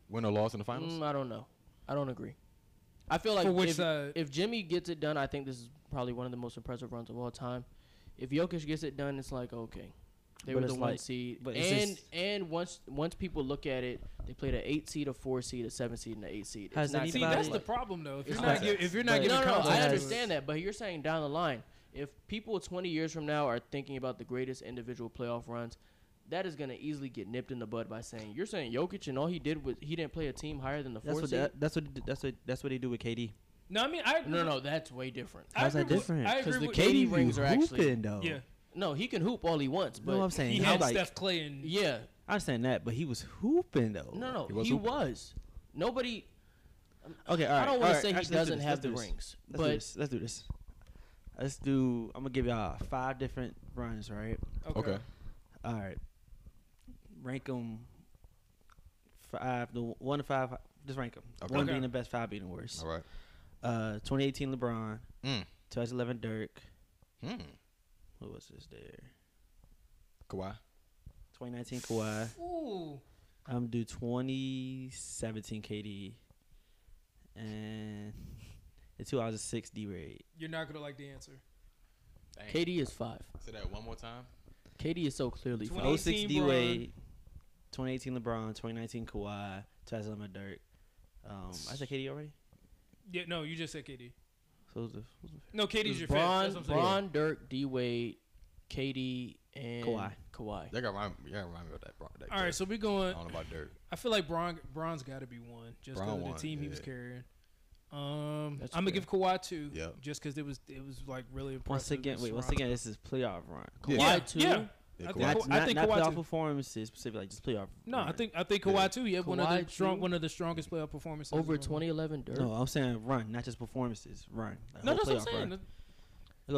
Speaker 2: win or loss in the finals.
Speaker 4: Mm, I don't know. I don't agree. I feel like
Speaker 1: For which uh,
Speaker 4: if,
Speaker 1: side?
Speaker 4: if Jimmy gets it done, I think this is probably one of the most impressive runs of all time. If Jokic gets it done, it's like okay, they
Speaker 3: But
Speaker 4: were the
Speaker 3: it's
Speaker 4: one
Speaker 3: like-
Speaker 4: seed,
Speaker 3: but it's
Speaker 4: and
Speaker 3: just-
Speaker 4: and once once people look at it, they played an eight seed, a four seed, a seven seed, and an eight seed. It's
Speaker 3: Has
Speaker 4: not
Speaker 1: See,
Speaker 3: anybody-
Speaker 4: gonna
Speaker 1: that's
Speaker 4: be
Speaker 1: the
Speaker 4: like-
Speaker 1: problem though. If
Speaker 4: It's
Speaker 1: you're not
Speaker 4: not-
Speaker 1: gi- if you're not
Speaker 3: but-
Speaker 1: giving
Speaker 4: no, no, no, I
Speaker 1: context to it-
Speaker 4: understand that, but you're saying down the line, if people 20 years from now are thinking about the greatest individual playoff runs, that is gonna easily get nipped in the bud by saying you're saying Jokic and all he did was he didn't play a team higher than the
Speaker 3: That's
Speaker 4: four
Speaker 3: what
Speaker 4: seed.
Speaker 3: that, that's what that's what that's what they do with KD.
Speaker 1: No, I mean I
Speaker 4: No, no, that's way different.
Speaker 1: I
Speaker 3: How's that
Speaker 1: agree with-
Speaker 3: different?
Speaker 1: I
Speaker 4: 'Cause
Speaker 1: agree
Speaker 4: the
Speaker 1: with
Speaker 4: K- KD rings are actually-
Speaker 3: hooping, though.
Speaker 1: Yeah,
Speaker 4: No, he can hoop all he wants,
Speaker 3: You know
Speaker 4: but
Speaker 3: what I'm saying?
Speaker 1: he
Speaker 3: I'm
Speaker 1: had
Speaker 3: like,
Speaker 1: Steph Clay and
Speaker 4: yeah,
Speaker 3: I understand that, but he was hooping though.
Speaker 4: no, no,
Speaker 2: He
Speaker 4: he
Speaker 2: was
Speaker 4: was.
Speaker 2: hooping.
Speaker 4: Nobody.
Speaker 3: Okay, all right.
Speaker 4: I don't
Speaker 3: all
Speaker 4: want
Speaker 3: right,
Speaker 4: to say
Speaker 3: actually,
Speaker 4: he
Speaker 3: let's do
Speaker 4: doesn't
Speaker 3: this,
Speaker 4: have
Speaker 3: let's
Speaker 4: the
Speaker 3: do this.
Speaker 4: rings,
Speaker 3: Let's do this. Let's do this. Let's do. I'm gonna give y'all five different runs. Right.
Speaker 2: okay.
Speaker 3: All right. Rank them. Five. The one to five. Just rank them.
Speaker 2: Okay.
Speaker 3: One
Speaker 1: Okay.
Speaker 3: being the best, five being the worst.
Speaker 2: All right.
Speaker 3: Uh, 2018 LeBron.
Speaker 2: Mm.
Speaker 3: 2011 Dirk.
Speaker 2: Mm.
Speaker 3: What was this there?
Speaker 2: Kawhi.
Speaker 3: 2019 Kawhi.
Speaker 1: but ooh,
Speaker 3: I'm gonna do 2017 KD. And the 2006 D Raid.
Speaker 1: you're not gonna like the answer.
Speaker 2: Dang.
Speaker 4: but KD is five.
Speaker 2: Say that one more time.
Speaker 4: KD is so clearly
Speaker 1: Twenty-
Speaker 4: five.
Speaker 3: 06
Speaker 1: 2018
Speaker 3: D
Speaker 1: Bron.
Speaker 3: Wade, 2018 LeBron, 2019 Kawhi, 2011 Dirk. Um, I said KD already.
Speaker 1: Yeah, no, you just said KD.
Speaker 3: So who's the, who's the
Speaker 1: No, KD's your
Speaker 4: Bron,
Speaker 1: fifth. That's what I'm saying.
Speaker 4: Bron, Dirk, D Wade, KD, and
Speaker 3: Kawhi.
Speaker 4: Kawhi.
Speaker 2: Y'all gotta remind, y'all gotta remind me about that. Bro, that
Speaker 1: All right, so we're going.
Speaker 2: I don't know about Dirk.
Speaker 1: I feel like Bron, Bron's got to be one just
Speaker 2: Bron
Speaker 1: because of
Speaker 2: one,
Speaker 1: the team he was
Speaker 2: yeah.
Speaker 1: carrying. Um,
Speaker 4: That's
Speaker 1: I'm gonna
Speaker 4: fair.
Speaker 1: give Kawhi two,
Speaker 2: Yep.
Speaker 1: just because it was it was like really impressive.
Speaker 3: once again, wait, once
Speaker 1: Toronto.
Speaker 3: again, this is playoff run.
Speaker 4: Kawhi
Speaker 1: yeah,
Speaker 4: too.
Speaker 1: yeah.
Speaker 2: Yeah,
Speaker 1: I
Speaker 2: Kawhi.
Speaker 1: think
Speaker 3: Not,
Speaker 1: Kawhi- I
Speaker 3: not,
Speaker 1: think
Speaker 3: not
Speaker 1: Kawhi
Speaker 3: playoff
Speaker 1: too.
Speaker 3: performances specifically, like just playoff.
Speaker 1: No, I
Speaker 3: run.
Speaker 1: think I think
Speaker 2: Yeah.
Speaker 1: Kawhi too. He had one of the
Speaker 4: Kawhi
Speaker 1: strong,
Speaker 4: too.
Speaker 1: one of the strongest playoff performances
Speaker 4: Over
Speaker 1: in-
Speaker 4: 2011 Dirk.
Speaker 3: No, I'm saying run, not just performances. Run. Like
Speaker 1: No,
Speaker 3: whole
Speaker 1: that's what I'm
Speaker 3: playoff
Speaker 1: saying.
Speaker 3: run. Go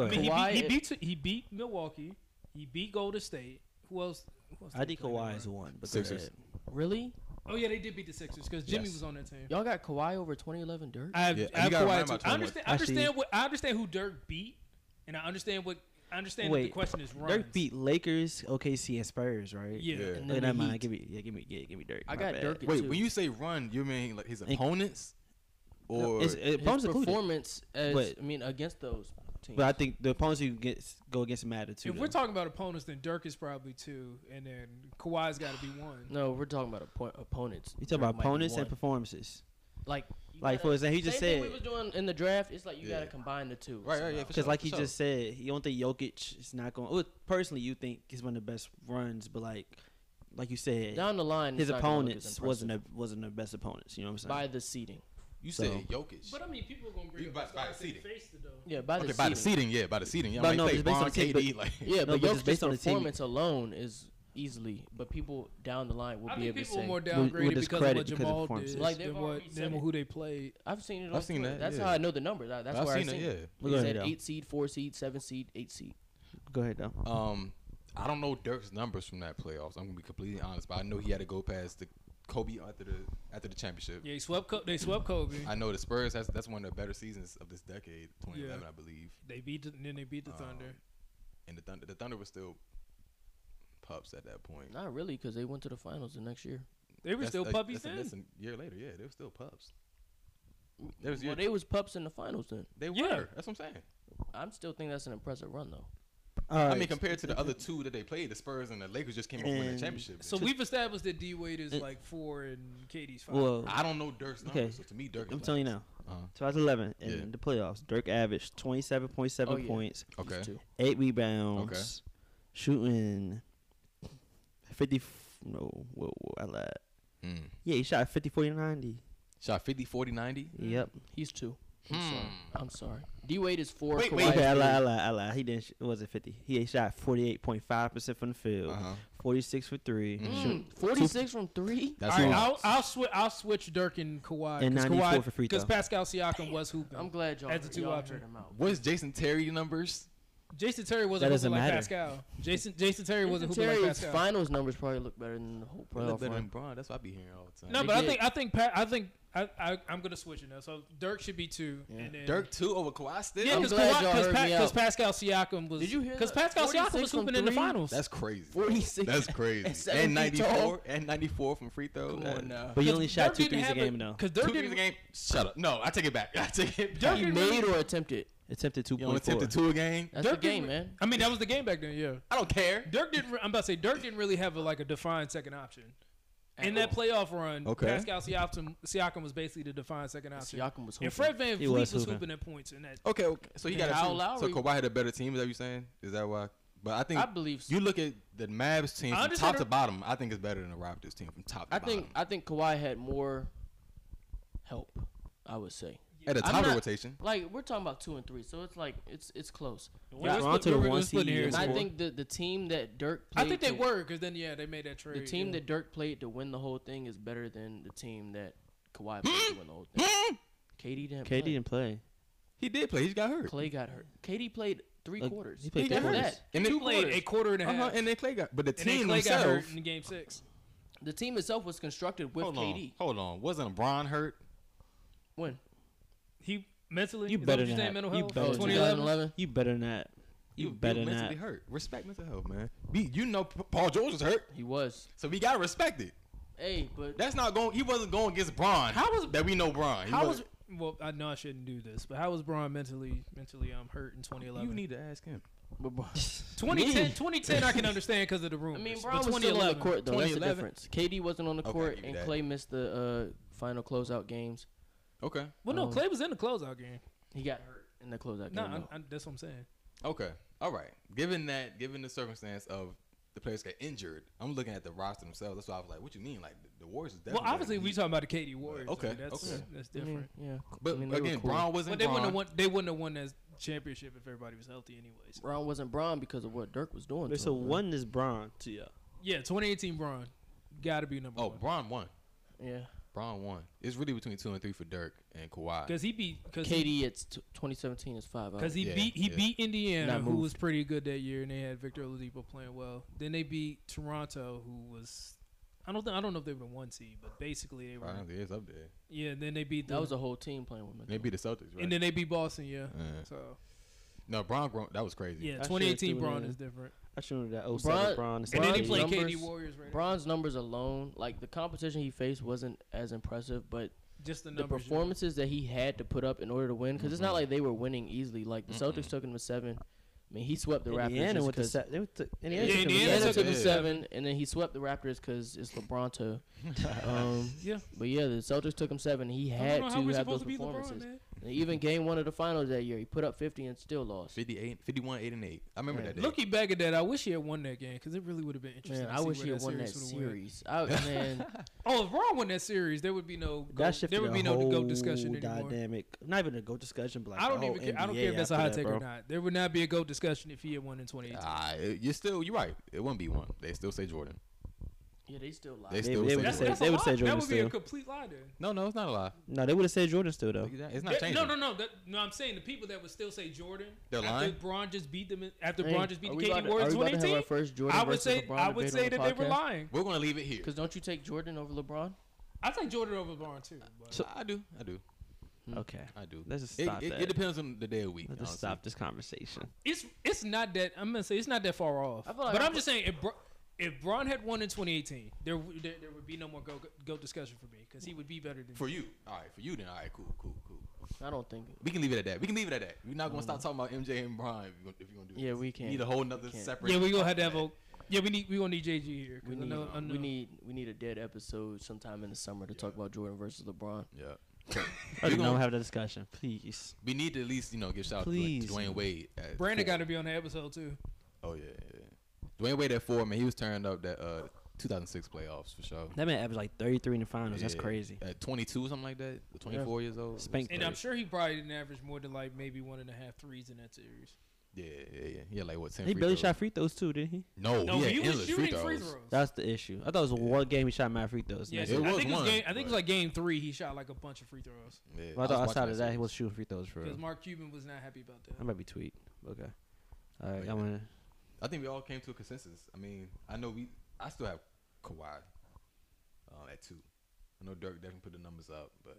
Speaker 1: I
Speaker 3: ahead.
Speaker 1: mean, he
Speaker 4: Kawhi-
Speaker 1: beat, he beat he beat Milwaukee. He beat Golden State. Who else? Who else
Speaker 3: I
Speaker 1: did
Speaker 3: think
Speaker 1: they play
Speaker 3: Kawhi
Speaker 1: that
Speaker 3: is
Speaker 1: run?
Speaker 3: one, but go
Speaker 2: Sixers.
Speaker 3: ahead.
Speaker 4: Really?
Speaker 1: Oh yeah, they did beat the Sixers because Jimmy
Speaker 2: Yes.
Speaker 1: was on that team.
Speaker 4: Y'all got Kawhi over 2011 Dirk?
Speaker 1: I have,
Speaker 2: Yeah,
Speaker 1: I
Speaker 2: you
Speaker 1: have
Speaker 2: gotta
Speaker 1: Kawhi
Speaker 2: remember
Speaker 1: too.
Speaker 2: about
Speaker 1: I
Speaker 2: 21.
Speaker 1: understand. I
Speaker 3: Actually-
Speaker 1: understand what I understand who Dirk beat, and I understand what I understand that the
Speaker 3: Wait,
Speaker 1: question is runs.
Speaker 3: Dirk beat Lakers, OKC, and Spurs, right?
Speaker 1: Yeah.
Speaker 2: Yeah.
Speaker 4: And
Speaker 3: Oh,
Speaker 4: then
Speaker 3: never
Speaker 4: the
Speaker 3: mind.
Speaker 4: Heat.
Speaker 3: Give me, yeah, give me, yeah, give me Dirk.
Speaker 4: I
Speaker 3: My
Speaker 4: got
Speaker 3: bad.
Speaker 4: Dirk at
Speaker 2: Wait,
Speaker 4: two.
Speaker 2: when you say run, you mean like his
Speaker 3: Thank-
Speaker 2: opponents,
Speaker 3: No,
Speaker 2: or
Speaker 3: it's, it,
Speaker 4: his
Speaker 3: opponents included.
Speaker 4: performance as
Speaker 3: But-
Speaker 4: I mean against those teams.
Speaker 3: But I think the opponents you get go against matter too.
Speaker 1: If we're
Speaker 3: though.
Speaker 1: talking about opponents, then Dirk is probably two, and then Kawhi's got to be one.
Speaker 4: no, we're talking about oppo- opponents.
Speaker 3: you talking
Speaker 4: Dirk
Speaker 3: about
Speaker 4: might be
Speaker 3: opponents and
Speaker 4: one.
Speaker 3: performances.
Speaker 4: like you
Speaker 3: Like
Speaker 4: gotta-
Speaker 3: for example, he just
Speaker 4: same thing
Speaker 3: said
Speaker 4: we was doing in the draft. It's like you
Speaker 2: Yeah.
Speaker 4: got to combine the two.
Speaker 2: Right, right, yeah, for
Speaker 4: somehow.
Speaker 3: Because, like
Speaker 2: for
Speaker 3: he
Speaker 2: sure.
Speaker 3: just said, you don't think Jokic is not going. Well, personally, you think he's one of the best runs, but like, like you said,
Speaker 4: Down the line,
Speaker 3: his
Speaker 4: it's not gonna look as
Speaker 3: opponents wasn't
Speaker 4: impressive
Speaker 3: the wasn't the best opponents. You know what I'm saying?
Speaker 4: by the seeding.
Speaker 2: you
Speaker 3: so-
Speaker 2: said Jokic.
Speaker 1: But I mean, people are gonna bring
Speaker 2: You
Speaker 1: up
Speaker 2: by- by
Speaker 1: Scott
Speaker 2: seeding.
Speaker 1: Face though.
Speaker 4: Yeah, by
Speaker 2: okay,
Speaker 4: the
Speaker 2: by
Speaker 4: seeding.
Speaker 2: the seeding, yeah, by the seeding. Yeah,
Speaker 3: But
Speaker 2: I
Speaker 3: no,
Speaker 2: might say
Speaker 3: it's based on
Speaker 2: Bron,
Speaker 3: team, but-
Speaker 2: KD, like
Speaker 4: Yeah,
Speaker 3: No,
Speaker 4: but,
Speaker 3: but
Speaker 4: Jokic's
Speaker 3: just based on the team.
Speaker 4: performance alone is easily. But people down the line will
Speaker 1: I
Speaker 4: be
Speaker 1: think
Speaker 4: able to
Speaker 1: people
Speaker 4: say.
Speaker 1: were more
Speaker 3: With- with
Speaker 1: downgraded
Speaker 3: his
Speaker 1: because of
Speaker 3: credit
Speaker 1: what
Speaker 3: because of
Speaker 1: Jamal
Speaker 3: performances.
Speaker 1: did
Speaker 4: Like,
Speaker 1: than
Speaker 4: they've
Speaker 1: what
Speaker 4: already
Speaker 1: than
Speaker 4: said it.
Speaker 1: who they played.
Speaker 4: I've seen it. On
Speaker 2: I've seen
Speaker 4: Twitter.
Speaker 2: that,
Speaker 4: That's
Speaker 2: yeah.
Speaker 4: how I know the numbers. I, that's
Speaker 2: I've
Speaker 4: where
Speaker 2: seen
Speaker 4: I
Speaker 2: it.
Speaker 4: seen
Speaker 2: Yeah.
Speaker 3: Well, go
Speaker 4: He
Speaker 3: ahead,
Speaker 4: said
Speaker 3: though.
Speaker 4: eight seed, four seed, seven seed, eight seed.
Speaker 3: Go ahead though.
Speaker 4: Uh,
Speaker 2: Um, I don't know Dirk's numbers from that playoffs. I'm gonna be completely honest, but I know he had to go past the Kobe after the after the championship.
Speaker 1: Yeah, he swept. Co- they swept Kobe.
Speaker 2: Mm-hmm. I know the Spurs. That's that's one of the better seasons of this decade, 2011,
Speaker 1: Yeah.
Speaker 2: I believe.
Speaker 1: They beat. The, and then they beat the
Speaker 2: Um,
Speaker 1: Thunder.
Speaker 2: And the Thunder, the Thunder was still pups at that point.
Speaker 4: Not really, because they went to the finals the next year.
Speaker 1: They were
Speaker 2: That's-
Speaker 1: still
Speaker 2: that's-
Speaker 1: puppies
Speaker 2: that's a-
Speaker 1: then.
Speaker 2: That's a year later. Yeah, they were still pups. There was
Speaker 4: well,
Speaker 2: year-
Speaker 4: they was pups in the finals then.
Speaker 2: They were.
Speaker 1: Yeah.
Speaker 2: That's what I'm saying.
Speaker 4: I'm still think that's an impressive run though.
Speaker 3: All
Speaker 2: I
Speaker 3: right.
Speaker 2: mean, compared to the other two that they played, the Spurs and the Lakers just came up winning the
Speaker 3: And-
Speaker 2: championship.
Speaker 1: So
Speaker 2: So
Speaker 1: we've established that D Wade is
Speaker 3: It-
Speaker 1: like four and KD's five.
Speaker 3: well,
Speaker 2: I don't know Dirk's numbers.
Speaker 3: Okay.
Speaker 2: So to me, Dirk.
Speaker 3: I'm telling you now.
Speaker 2: Uh-huh.
Speaker 3: 2011 in
Speaker 2: Yeah.
Speaker 3: the playoffs, Dirk averaged 27.7
Speaker 4: Oh, yeah.
Speaker 3: points,
Speaker 4: These
Speaker 2: Okay.
Speaker 4: two.
Speaker 3: eight rebounds, shooting 50. f- No, whoa, whoa, I lied.
Speaker 2: Mm.
Speaker 3: Yeah, he shot 50, 40, 90.
Speaker 2: Shot 50, 40, 90.
Speaker 3: Yep.
Speaker 4: He's two. I'm sorry.
Speaker 2: Hmm.
Speaker 4: I'm sorry. D Wade is four.
Speaker 2: Wait,
Speaker 4: Wait,
Speaker 2: wait.
Speaker 4: wait,
Speaker 3: Okay, I lied, I lied, I lied. He didn't. Sh- it wasn't 50. He shot 48.5% from the field,
Speaker 2: Uh-huh.
Speaker 3: 46 for 3
Speaker 2: Mhm.
Speaker 3: shoot-
Speaker 4: Forty-six from three.
Speaker 2: That's
Speaker 1: All right,
Speaker 2: wrong.
Speaker 1: I'll I'll, swi- I'll switch Dirk and Kawhi
Speaker 3: And
Speaker 1: because
Speaker 3: 94
Speaker 1: Kawhi
Speaker 3: for free
Speaker 1: because
Speaker 3: throw.
Speaker 1: Pascal Siakam was hooping.
Speaker 4: I'm glad y'all.
Speaker 1: As the two
Speaker 4: y'all
Speaker 1: option.
Speaker 4: heard him out.
Speaker 2: What's Jason Terry numbers?
Speaker 1: Jason Terry wasn't
Speaker 3: That doesn't
Speaker 1: hooping like
Speaker 3: matter.
Speaker 1: Pascal. Jason Jason Terry wasn't hooping like
Speaker 4: Terry's
Speaker 1: Pascal.
Speaker 4: finals numbers probably look better than the whole
Speaker 2: They look
Speaker 4: playoff
Speaker 2: better than
Speaker 4: run.
Speaker 2: Bron. That's what I be hearing all the time.
Speaker 1: No,
Speaker 4: They
Speaker 1: but I
Speaker 4: did.
Speaker 1: think I think Pat, I think I, I I'm gonna switch it now. So Dirk should be two,
Speaker 4: Yeah.
Speaker 1: and then
Speaker 2: Dirk two over Kawhi still.
Speaker 1: Yeah,
Speaker 4: I'm
Speaker 1: because
Speaker 4: glad y'all heard me
Speaker 1: because
Speaker 4: out.
Speaker 1: Pascal Siakam was.
Speaker 4: Did you hear
Speaker 1: Because
Speaker 4: that?
Speaker 1: Pascal Siakam
Speaker 4: 46
Speaker 1: was
Speaker 4: from
Speaker 1: hooping in the
Speaker 4: three?
Speaker 1: finals.
Speaker 2: That's crazy.
Speaker 4: 46
Speaker 2: That's crazy.
Speaker 4: and seven
Speaker 2: And
Speaker 4: feet tall.
Speaker 2: 94 and 94 from free throws.
Speaker 4: Come on now.
Speaker 3: But he only shot two threes a game, though.
Speaker 1: Because
Speaker 2: Two
Speaker 1: Dirk
Speaker 2: threes a
Speaker 1: didn't.
Speaker 2: game. Shut up. No, I take it back. I take it
Speaker 1: Dirk
Speaker 2: back.
Speaker 4: He
Speaker 1: didn't
Speaker 4: made
Speaker 1: really-
Speaker 4: or attempted.
Speaker 3: Attempted
Speaker 2: You only attempted
Speaker 3: 2.4.
Speaker 2: two a game.
Speaker 4: That's
Speaker 1: Dirk
Speaker 4: the game,
Speaker 1: didn't-
Speaker 4: man.
Speaker 1: I mean, that was the game back then. Yeah.
Speaker 2: I don't care.
Speaker 1: Dirk didn't. re- I'm about to say Dirk didn't really have a, like a defined second option. In that playoff run,
Speaker 2: Okay.
Speaker 1: Pascal Siakam, Siakam was basically the defined second option.
Speaker 4: Siakam was
Speaker 1: and
Speaker 4: hooping.
Speaker 1: Fred Van
Speaker 3: He
Speaker 1: Vliet was,
Speaker 3: was hooping.
Speaker 1: hooping at points in that.
Speaker 2: Okay, okay. So he
Speaker 4: Yeah,
Speaker 2: got a
Speaker 4: Kyle
Speaker 2: two.
Speaker 4: Lowry-
Speaker 2: So Kawhi had a better team. Is that what you're saying? Is that why? But I think
Speaker 4: I believe. So.
Speaker 2: you look at the Mavs team
Speaker 1: I
Speaker 2: from
Speaker 1: understand
Speaker 2: top
Speaker 1: her-
Speaker 2: to bottom. I think it's better than the Raptors team from top to
Speaker 4: I
Speaker 2: bottom.
Speaker 4: think. I think Kawhi had more help. I would say.
Speaker 2: At the
Speaker 4: I'm
Speaker 2: top of
Speaker 4: not-
Speaker 2: rotation,
Speaker 4: Like we're talking about two and three, so it's like it's it's close.
Speaker 1: We're- we're
Speaker 3: Toronto
Speaker 1: split-
Speaker 3: the
Speaker 1: we're- we're
Speaker 3: one
Speaker 1: splitting
Speaker 3: seed.
Speaker 1: hairs
Speaker 4: And I
Speaker 1: here.
Speaker 4: think the the team that Dirk.
Speaker 1: I
Speaker 4: Played
Speaker 1: think they
Speaker 4: to-
Speaker 1: were because then yeah they made that trade.
Speaker 4: The team
Speaker 1: yeah.
Speaker 4: that Dirk played to win the whole thing is better than the team that Kawhi played to win the whole thing. KD
Speaker 3: KD
Speaker 4: didn't. play.
Speaker 3: Hmm? didn't play.
Speaker 2: he did play. He just got hurt.
Speaker 4: Clay got hurt. KD played three
Speaker 3: Look,
Speaker 4: quarters.
Speaker 3: he played
Speaker 2: He
Speaker 3: three
Speaker 2: got
Speaker 4: Before
Speaker 2: hurt.
Speaker 3: quarters.
Speaker 4: that,
Speaker 2: And
Speaker 1: he
Speaker 2: then-
Speaker 1: played a quarter and a half,
Speaker 2: Uh-huh, and then Clay got, but the
Speaker 1: and then
Speaker 2: team
Speaker 1: Clay got
Speaker 2: themselves.
Speaker 1: hurt in game six.
Speaker 4: the team itself was constructed with
Speaker 2: hold
Speaker 4: KD.
Speaker 2: on, hold on. Wasn't LeBron hurt?
Speaker 4: When?
Speaker 1: He mentally.
Speaker 3: You
Speaker 1: is that
Speaker 3: better
Speaker 1: what you're
Speaker 3: than
Speaker 1: saying,
Speaker 3: that.
Speaker 1: mental
Speaker 3: You
Speaker 1: health.
Speaker 3: better
Speaker 4: Oh,
Speaker 3: than that.
Speaker 1: 2011.
Speaker 3: You better not. You, better not.
Speaker 2: mentally hurt. Respect mental health, man. Be- You know, P- Paul George was hurt,
Speaker 4: He was.
Speaker 2: so we gotta respect it.
Speaker 4: Hey, but
Speaker 2: That's not going. He wasn't going against Braun. How was that? We know Braun. He
Speaker 1: How was?
Speaker 2: wasn't-
Speaker 1: Well, I know I shouldn't do this, but how was Braun mentally mentally um hurt in 2011?
Speaker 2: You need to ask him.
Speaker 4: but-
Speaker 1: 2010,
Speaker 4: Me.
Speaker 1: 2010 I can understand because of the
Speaker 4: I
Speaker 1: rumors.
Speaker 4: mean,
Speaker 1: but
Speaker 4: Brown was still on the
Speaker 1: 2011
Speaker 4: court though. That's the
Speaker 2: 2011.
Speaker 4: difference. KD wasn't on the
Speaker 2: Okay,
Speaker 4: court,
Speaker 2: give you
Speaker 4: and
Speaker 2: that.
Speaker 4: Clay missed the uh, final closeout games.
Speaker 2: Okay.
Speaker 1: Well, no,
Speaker 4: Um,
Speaker 1: Clay was in the closeout game.
Speaker 4: He got hurt in the closeout
Speaker 1: No,
Speaker 4: game.
Speaker 1: I,
Speaker 4: though.
Speaker 1: I, that's what I'm saying.
Speaker 2: Okay. All right. Given that, given the circumstance of the players got injured, I'm looking at the roster themselves. That's why I was like, "What you mean? Like the, the Warriors is
Speaker 1: well,
Speaker 2: definitely."
Speaker 1: obviously, we
Speaker 2: better
Speaker 1: talking about the KD Warriors. I
Speaker 2: Okay, Mm-hmm.
Speaker 1: mean, that's
Speaker 2: okay.
Speaker 1: that's
Speaker 4: I mean,
Speaker 1: different.
Speaker 4: yeah,
Speaker 2: than
Speaker 4: I mean,
Speaker 2: you.
Speaker 4: they
Speaker 2: But
Speaker 4: were
Speaker 2: again,
Speaker 4: cool.
Speaker 2: Braun wasn't.
Speaker 1: But they wouldn't
Speaker 2: Braun.
Speaker 1: have won. They wouldn't have won that championship if everybody was healthy, anyways.
Speaker 4: Brown wasn't Braun because of what Dirk was doing.
Speaker 3: Wait,
Speaker 4: to
Speaker 3: so
Speaker 4: him, man.
Speaker 3: one is Braun to you.
Speaker 1: Yeah, 2018 Braun got to be number
Speaker 2: Oh,
Speaker 1: one
Speaker 2: Braun won.
Speaker 4: Yeah,
Speaker 2: Braun won. It's really between two and three for Dirk and Kawhi.
Speaker 1: because he beat because
Speaker 4: KD it's t- 2017 is five. oh.
Speaker 1: Because
Speaker 4: Because
Speaker 1: he
Speaker 2: Yeah,
Speaker 1: beat he
Speaker 2: yeah.
Speaker 1: beat Indiana,
Speaker 4: Not
Speaker 1: who was pretty good that year, and they had Victor Oladipo playing well. Then they beat Toronto, who was I don't think I don't know if they were the one seed, but basically they were.
Speaker 2: Braun is up there.
Speaker 1: Yeah, and then they beat the,
Speaker 4: that was a whole team playing with him.
Speaker 2: They beat the Celtics, right?
Speaker 1: and then they beat Boston. Yeah,
Speaker 2: Uh,
Speaker 1: so
Speaker 2: No, Braun grown. That was crazy.
Speaker 1: Yeah,
Speaker 3: I sure
Speaker 1: 2018
Speaker 3: do,
Speaker 1: Braun
Speaker 3: yeah.
Speaker 1: is different.
Speaker 3: I should remember that 07
Speaker 4: Bron-
Speaker 3: Braun.
Speaker 1: And then he
Speaker 4: Braun's
Speaker 1: played KD
Speaker 4: numbers-
Speaker 1: Warriors. Right
Speaker 4: Bron's numbers alone, like the competition he faced wasn't as impressive, but
Speaker 1: just the
Speaker 4: the
Speaker 1: numbers. Mm-hmm. yeah.
Speaker 4: performances that he had to put up in order to win, because it's not like they were winning easily. Like the Celtics took him to seven. I mean, he swept the
Speaker 3: Indiana
Speaker 4: Raptors.
Speaker 3: went to
Speaker 4: because
Speaker 3: se- they went to
Speaker 1: Yeah,
Speaker 3: Indiana.
Speaker 1: Indiana,
Speaker 3: took them
Speaker 4: Indiana
Speaker 1: took
Speaker 4: took
Speaker 1: him
Speaker 4: him
Speaker 1: to
Speaker 4: seven, and then he swept the Raptors because it's LeBron to. um,
Speaker 1: Yeah.
Speaker 4: but yeah, the Celtics took him seven. He
Speaker 1: I don't
Speaker 4: had
Speaker 1: know how
Speaker 4: to
Speaker 1: we're
Speaker 4: have
Speaker 1: supposed
Speaker 4: those
Speaker 1: to be LeBron,
Speaker 4: performances.
Speaker 1: man.
Speaker 4: And even game one of the finals that year, he put up 50 and still lost.
Speaker 2: 58, 51, 8, and 8. I remember
Speaker 4: Yeah.
Speaker 2: that day.
Speaker 1: Looking back at that, I wish he had won that game because it really would have been interesting.
Speaker 4: Man,
Speaker 1: to
Speaker 4: I
Speaker 1: see
Speaker 4: wish
Speaker 1: where
Speaker 4: he had won that
Speaker 1: would've went.
Speaker 4: series. I, man,
Speaker 1: Oh, if Braun won that series, there would be no
Speaker 3: That
Speaker 1: goat,
Speaker 3: shifted
Speaker 1: there would be
Speaker 3: the
Speaker 1: no
Speaker 3: whole
Speaker 1: goat discussion anymore.
Speaker 3: dynamic. Not even a goat discussion, but like
Speaker 1: I
Speaker 3: the
Speaker 1: don't
Speaker 3: whole
Speaker 1: even care. I don't
Speaker 3: NBA
Speaker 1: care if that's a
Speaker 3: after
Speaker 1: hot
Speaker 3: that,
Speaker 1: take
Speaker 3: bro.
Speaker 1: or not. There would not be a goat discussion if he had won in 2018.
Speaker 2: Ah, it- you're still, you're right. It wouldn't be one. They still say Jordan.
Speaker 4: yeah, they still lost.
Speaker 2: They
Speaker 3: They,
Speaker 2: still
Speaker 3: they
Speaker 2: say
Speaker 3: would
Speaker 1: that's,
Speaker 2: Jordan.
Speaker 3: say,
Speaker 1: that's
Speaker 3: they
Speaker 1: a
Speaker 3: would
Speaker 1: lie.
Speaker 3: say Jordan
Speaker 1: that would be a
Speaker 3: still.
Speaker 1: complete lie. Then
Speaker 2: No, no, it's not a lie.
Speaker 3: No, they would have said Jordan still though.
Speaker 2: It's not
Speaker 1: That-
Speaker 2: changing.
Speaker 1: no, no, no. That, no, I'm saying the people that would still say Jordan
Speaker 2: They're
Speaker 1: after
Speaker 2: lying?
Speaker 1: Braun just beat them. in- After
Speaker 4: Hey,
Speaker 1: Braun just beat
Speaker 4: are
Speaker 1: the
Speaker 4: we
Speaker 1: KD
Speaker 4: about to-
Speaker 1: Warriors
Speaker 4: are
Speaker 1: in
Speaker 4: we about to have our
Speaker 1: 2018,
Speaker 4: first Jordan
Speaker 1: I would
Speaker 4: versus
Speaker 1: say
Speaker 4: LeBron
Speaker 1: I would
Speaker 4: debate
Speaker 1: say
Speaker 4: on the
Speaker 1: that they were
Speaker 4: podcast?
Speaker 1: lying.
Speaker 2: We're gonna leave it here.
Speaker 4: Because don't you take Jordan over LeBron?
Speaker 1: I take Jordan over Braun too. but-
Speaker 3: So-
Speaker 2: I do, I do,
Speaker 4: Hmm.
Speaker 3: Okay,
Speaker 2: I do.
Speaker 3: let's just
Speaker 2: It,
Speaker 3: stop
Speaker 2: it,
Speaker 3: that.
Speaker 2: it depends on the day of week.
Speaker 3: Let's just
Speaker 2: honestly.
Speaker 3: stop this conversation.
Speaker 1: it's it's not that I'm gonna say it's not that far off.
Speaker 4: I feel like
Speaker 1: but
Speaker 4: I'm
Speaker 1: I'm just saying if Bra- if Braun had won in 2018, there w- there, there would be no more go go discussion for me because he would be better than.
Speaker 2: For you, all right. For you, then, all right. Cool, cool, cool.
Speaker 4: I don't think.
Speaker 2: We can leave it at that. We can leave it at that. We're not gonna stop
Speaker 3: Mm-hmm.
Speaker 2: talking about MJ and Brian if you're gonna, if you're gonna do
Speaker 4: Yeah,
Speaker 2: this.
Speaker 4: we
Speaker 2: You
Speaker 4: can't.
Speaker 2: Need a whole nother
Speaker 4: can't.
Speaker 2: separate.
Speaker 1: Yeah, we gonna have to have a. Yeah, we need we gonna need JG here. 'cause
Speaker 4: We
Speaker 1: I
Speaker 4: need,
Speaker 1: know- I know-
Speaker 4: we need we need a dead episode sometime in the summer to talk about Jordan versus LeBron.
Speaker 2: Yeah.
Speaker 3: I
Speaker 2: We're
Speaker 3: don't
Speaker 2: gonna-
Speaker 3: have that discussion, please.
Speaker 2: We need to at least you know give shout out to Dwayne-
Speaker 3: Please.
Speaker 2: to Dwayne Wade. at
Speaker 1: Brandon
Speaker 2: four.
Speaker 1: got to be on the episode too.
Speaker 2: Oh yeah, yeah. yeah. Dwayne Wade at four, man. He was turned up that uh 2006 playoffs for sure.
Speaker 3: That man averaged like 33 in the finals. That's
Speaker 2: Yeah.
Speaker 3: crazy.
Speaker 2: At 22 or something like that, or 24 years old.
Speaker 3: Spank
Speaker 1: And I'm
Speaker 3: those.
Speaker 1: sure he probably didn't average more than like maybe one and a half threes in that series.
Speaker 2: Yeah, yeah, yeah. Yeah, like what? 10
Speaker 3: He
Speaker 2: free
Speaker 3: barely
Speaker 2: throws.
Speaker 3: shot free throws too, didn't he?
Speaker 2: No,
Speaker 1: No, he was
Speaker 2: he, had Oh, endless free
Speaker 1: shooting
Speaker 2: throws.
Speaker 1: free throws.
Speaker 3: That's the issue. I thought it was one game he shot mad free throws.
Speaker 1: yeah,
Speaker 3: Yes.
Speaker 2: it
Speaker 1: I
Speaker 2: was
Speaker 1: think it
Speaker 2: one,
Speaker 1: was game. I think it was
Speaker 2: but-
Speaker 1: like game three. He shot like a bunch of free throws
Speaker 2: Yeah,
Speaker 3: I
Speaker 2: was
Speaker 3: thought
Speaker 2: watching
Speaker 3: outside of that, he
Speaker 2: series.
Speaker 3: was shooting free throws for.
Speaker 1: because
Speaker 3: real.
Speaker 1: Mark Cuban was not happy about
Speaker 3: I
Speaker 1: that.
Speaker 3: might be tweet. Okay. All right,
Speaker 2: yeah.
Speaker 3: I'm gonna.
Speaker 2: I think we all came to a consensus. I mean, I know we. I still have Kawhi um, at two. I know Dirk definitely put the numbers up, but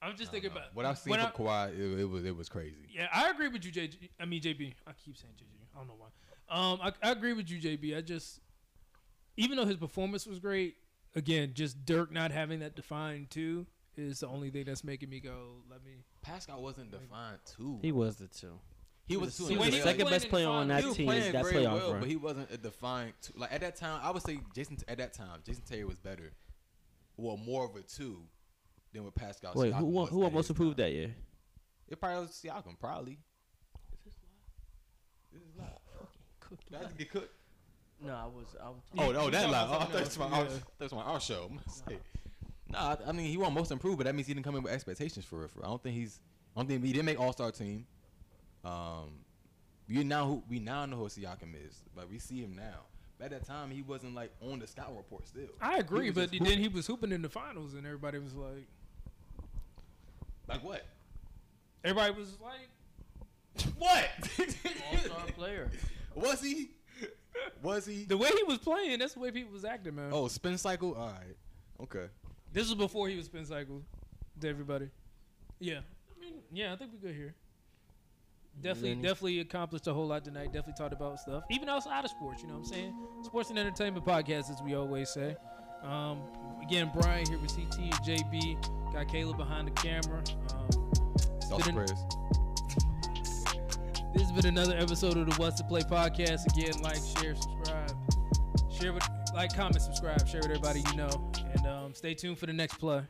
Speaker 1: I'm just
Speaker 2: I
Speaker 1: thinking
Speaker 2: don't know.
Speaker 1: about
Speaker 2: what I've seen
Speaker 1: when
Speaker 2: from
Speaker 1: I-
Speaker 2: Kawhi. It, it was it was crazy.
Speaker 1: Yeah, I agree with you, JG. I mean, JB. I keep saying JG. I don't know why. Um, I, I agree with you, JB. I just, even though his performance was great, again, just Dirk not having that defined too is the only thing that's making me go. Let me.
Speaker 2: Pascal wasn't defined too.
Speaker 3: He was the two.
Speaker 2: He
Speaker 3: He
Speaker 2: was
Speaker 3: was
Speaker 2: two.
Speaker 3: the
Speaker 2: in
Speaker 1: second
Speaker 2: playoffs.
Speaker 1: playing
Speaker 3: best
Speaker 1: in
Speaker 3: player
Speaker 1: finals.
Speaker 3: on that
Speaker 2: He was
Speaker 3: team.
Speaker 2: playing
Speaker 3: That
Speaker 2: very
Speaker 3: playoff
Speaker 2: well,
Speaker 3: run.
Speaker 2: but he wasn't a defined two. Like at that time, I would say Jason at that time, Jason Terry was better, well, more of a two than what Pascal.
Speaker 3: Wait,
Speaker 2: Siakam
Speaker 3: who won,
Speaker 2: was
Speaker 3: who
Speaker 2: at
Speaker 3: won most
Speaker 2: his
Speaker 3: improved
Speaker 2: time.
Speaker 3: that year?
Speaker 2: It probably was Siakam, probably. Is this live? Did I just get cooked?
Speaker 4: No, I was. I was
Speaker 2: Oh, oh,
Speaker 1: you talking
Speaker 2: that live.
Speaker 1: about
Speaker 2: Oh, I
Speaker 1: something
Speaker 2: thought it was my,
Speaker 1: else.
Speaker 2: our,
Speaker 1: Yeah.
Speaker 2: that was my our show. I'm gonna say. Nah, I, I mean he won most improved, but that means he didn't come in with expectations for it. For I don't think he's. I don't think he didn't make All Star team. Um, you now who we now know who Siakam is, but we see him now. But at that time, he wasn't like on the scout report still.
Speaker 1: I agree,
Speaker 2: was
Speaker 1: but
Speaker 2: just
Speaker 1: then
Speaker 2: hooping.
Speaker 1: he was hooping in the finals, and everybody was like,
Speaker 2: Like what?
Speaker 1: everybody was like,
Speaker 2: What?
Speaker 4: all-star player.
Speaker 2: was he? Was he?
Speaker 1: the way he was playing. That's the way people was acting, man.
Speaker 2: Oh, spin cycle. All right. Okay.
Speaker 1: This was before he was spin cycle to everybody. Yeah. I mean, yeah, I think we good here. Definitely,
Speaker 4: Lenny.
Speaker 1: definitely accomplished a whole lot tonight. Definitely talked about stuff, even outside of sports. You know what I'm saying? Sports and entertainment podcast, as we always say. Um, again, Brian here with CT and JB. Got Caleb behind the camera. Um,
Speaker 2: Don't
Speaker 1: Spin-
Speaker 2: press.
Speaker 1: this has been another episode of the What's to Play podcast. Again, like, share, subscribe, share with, like, comment, subscribe, share with everybody you know, and um, stay tuned for the next play.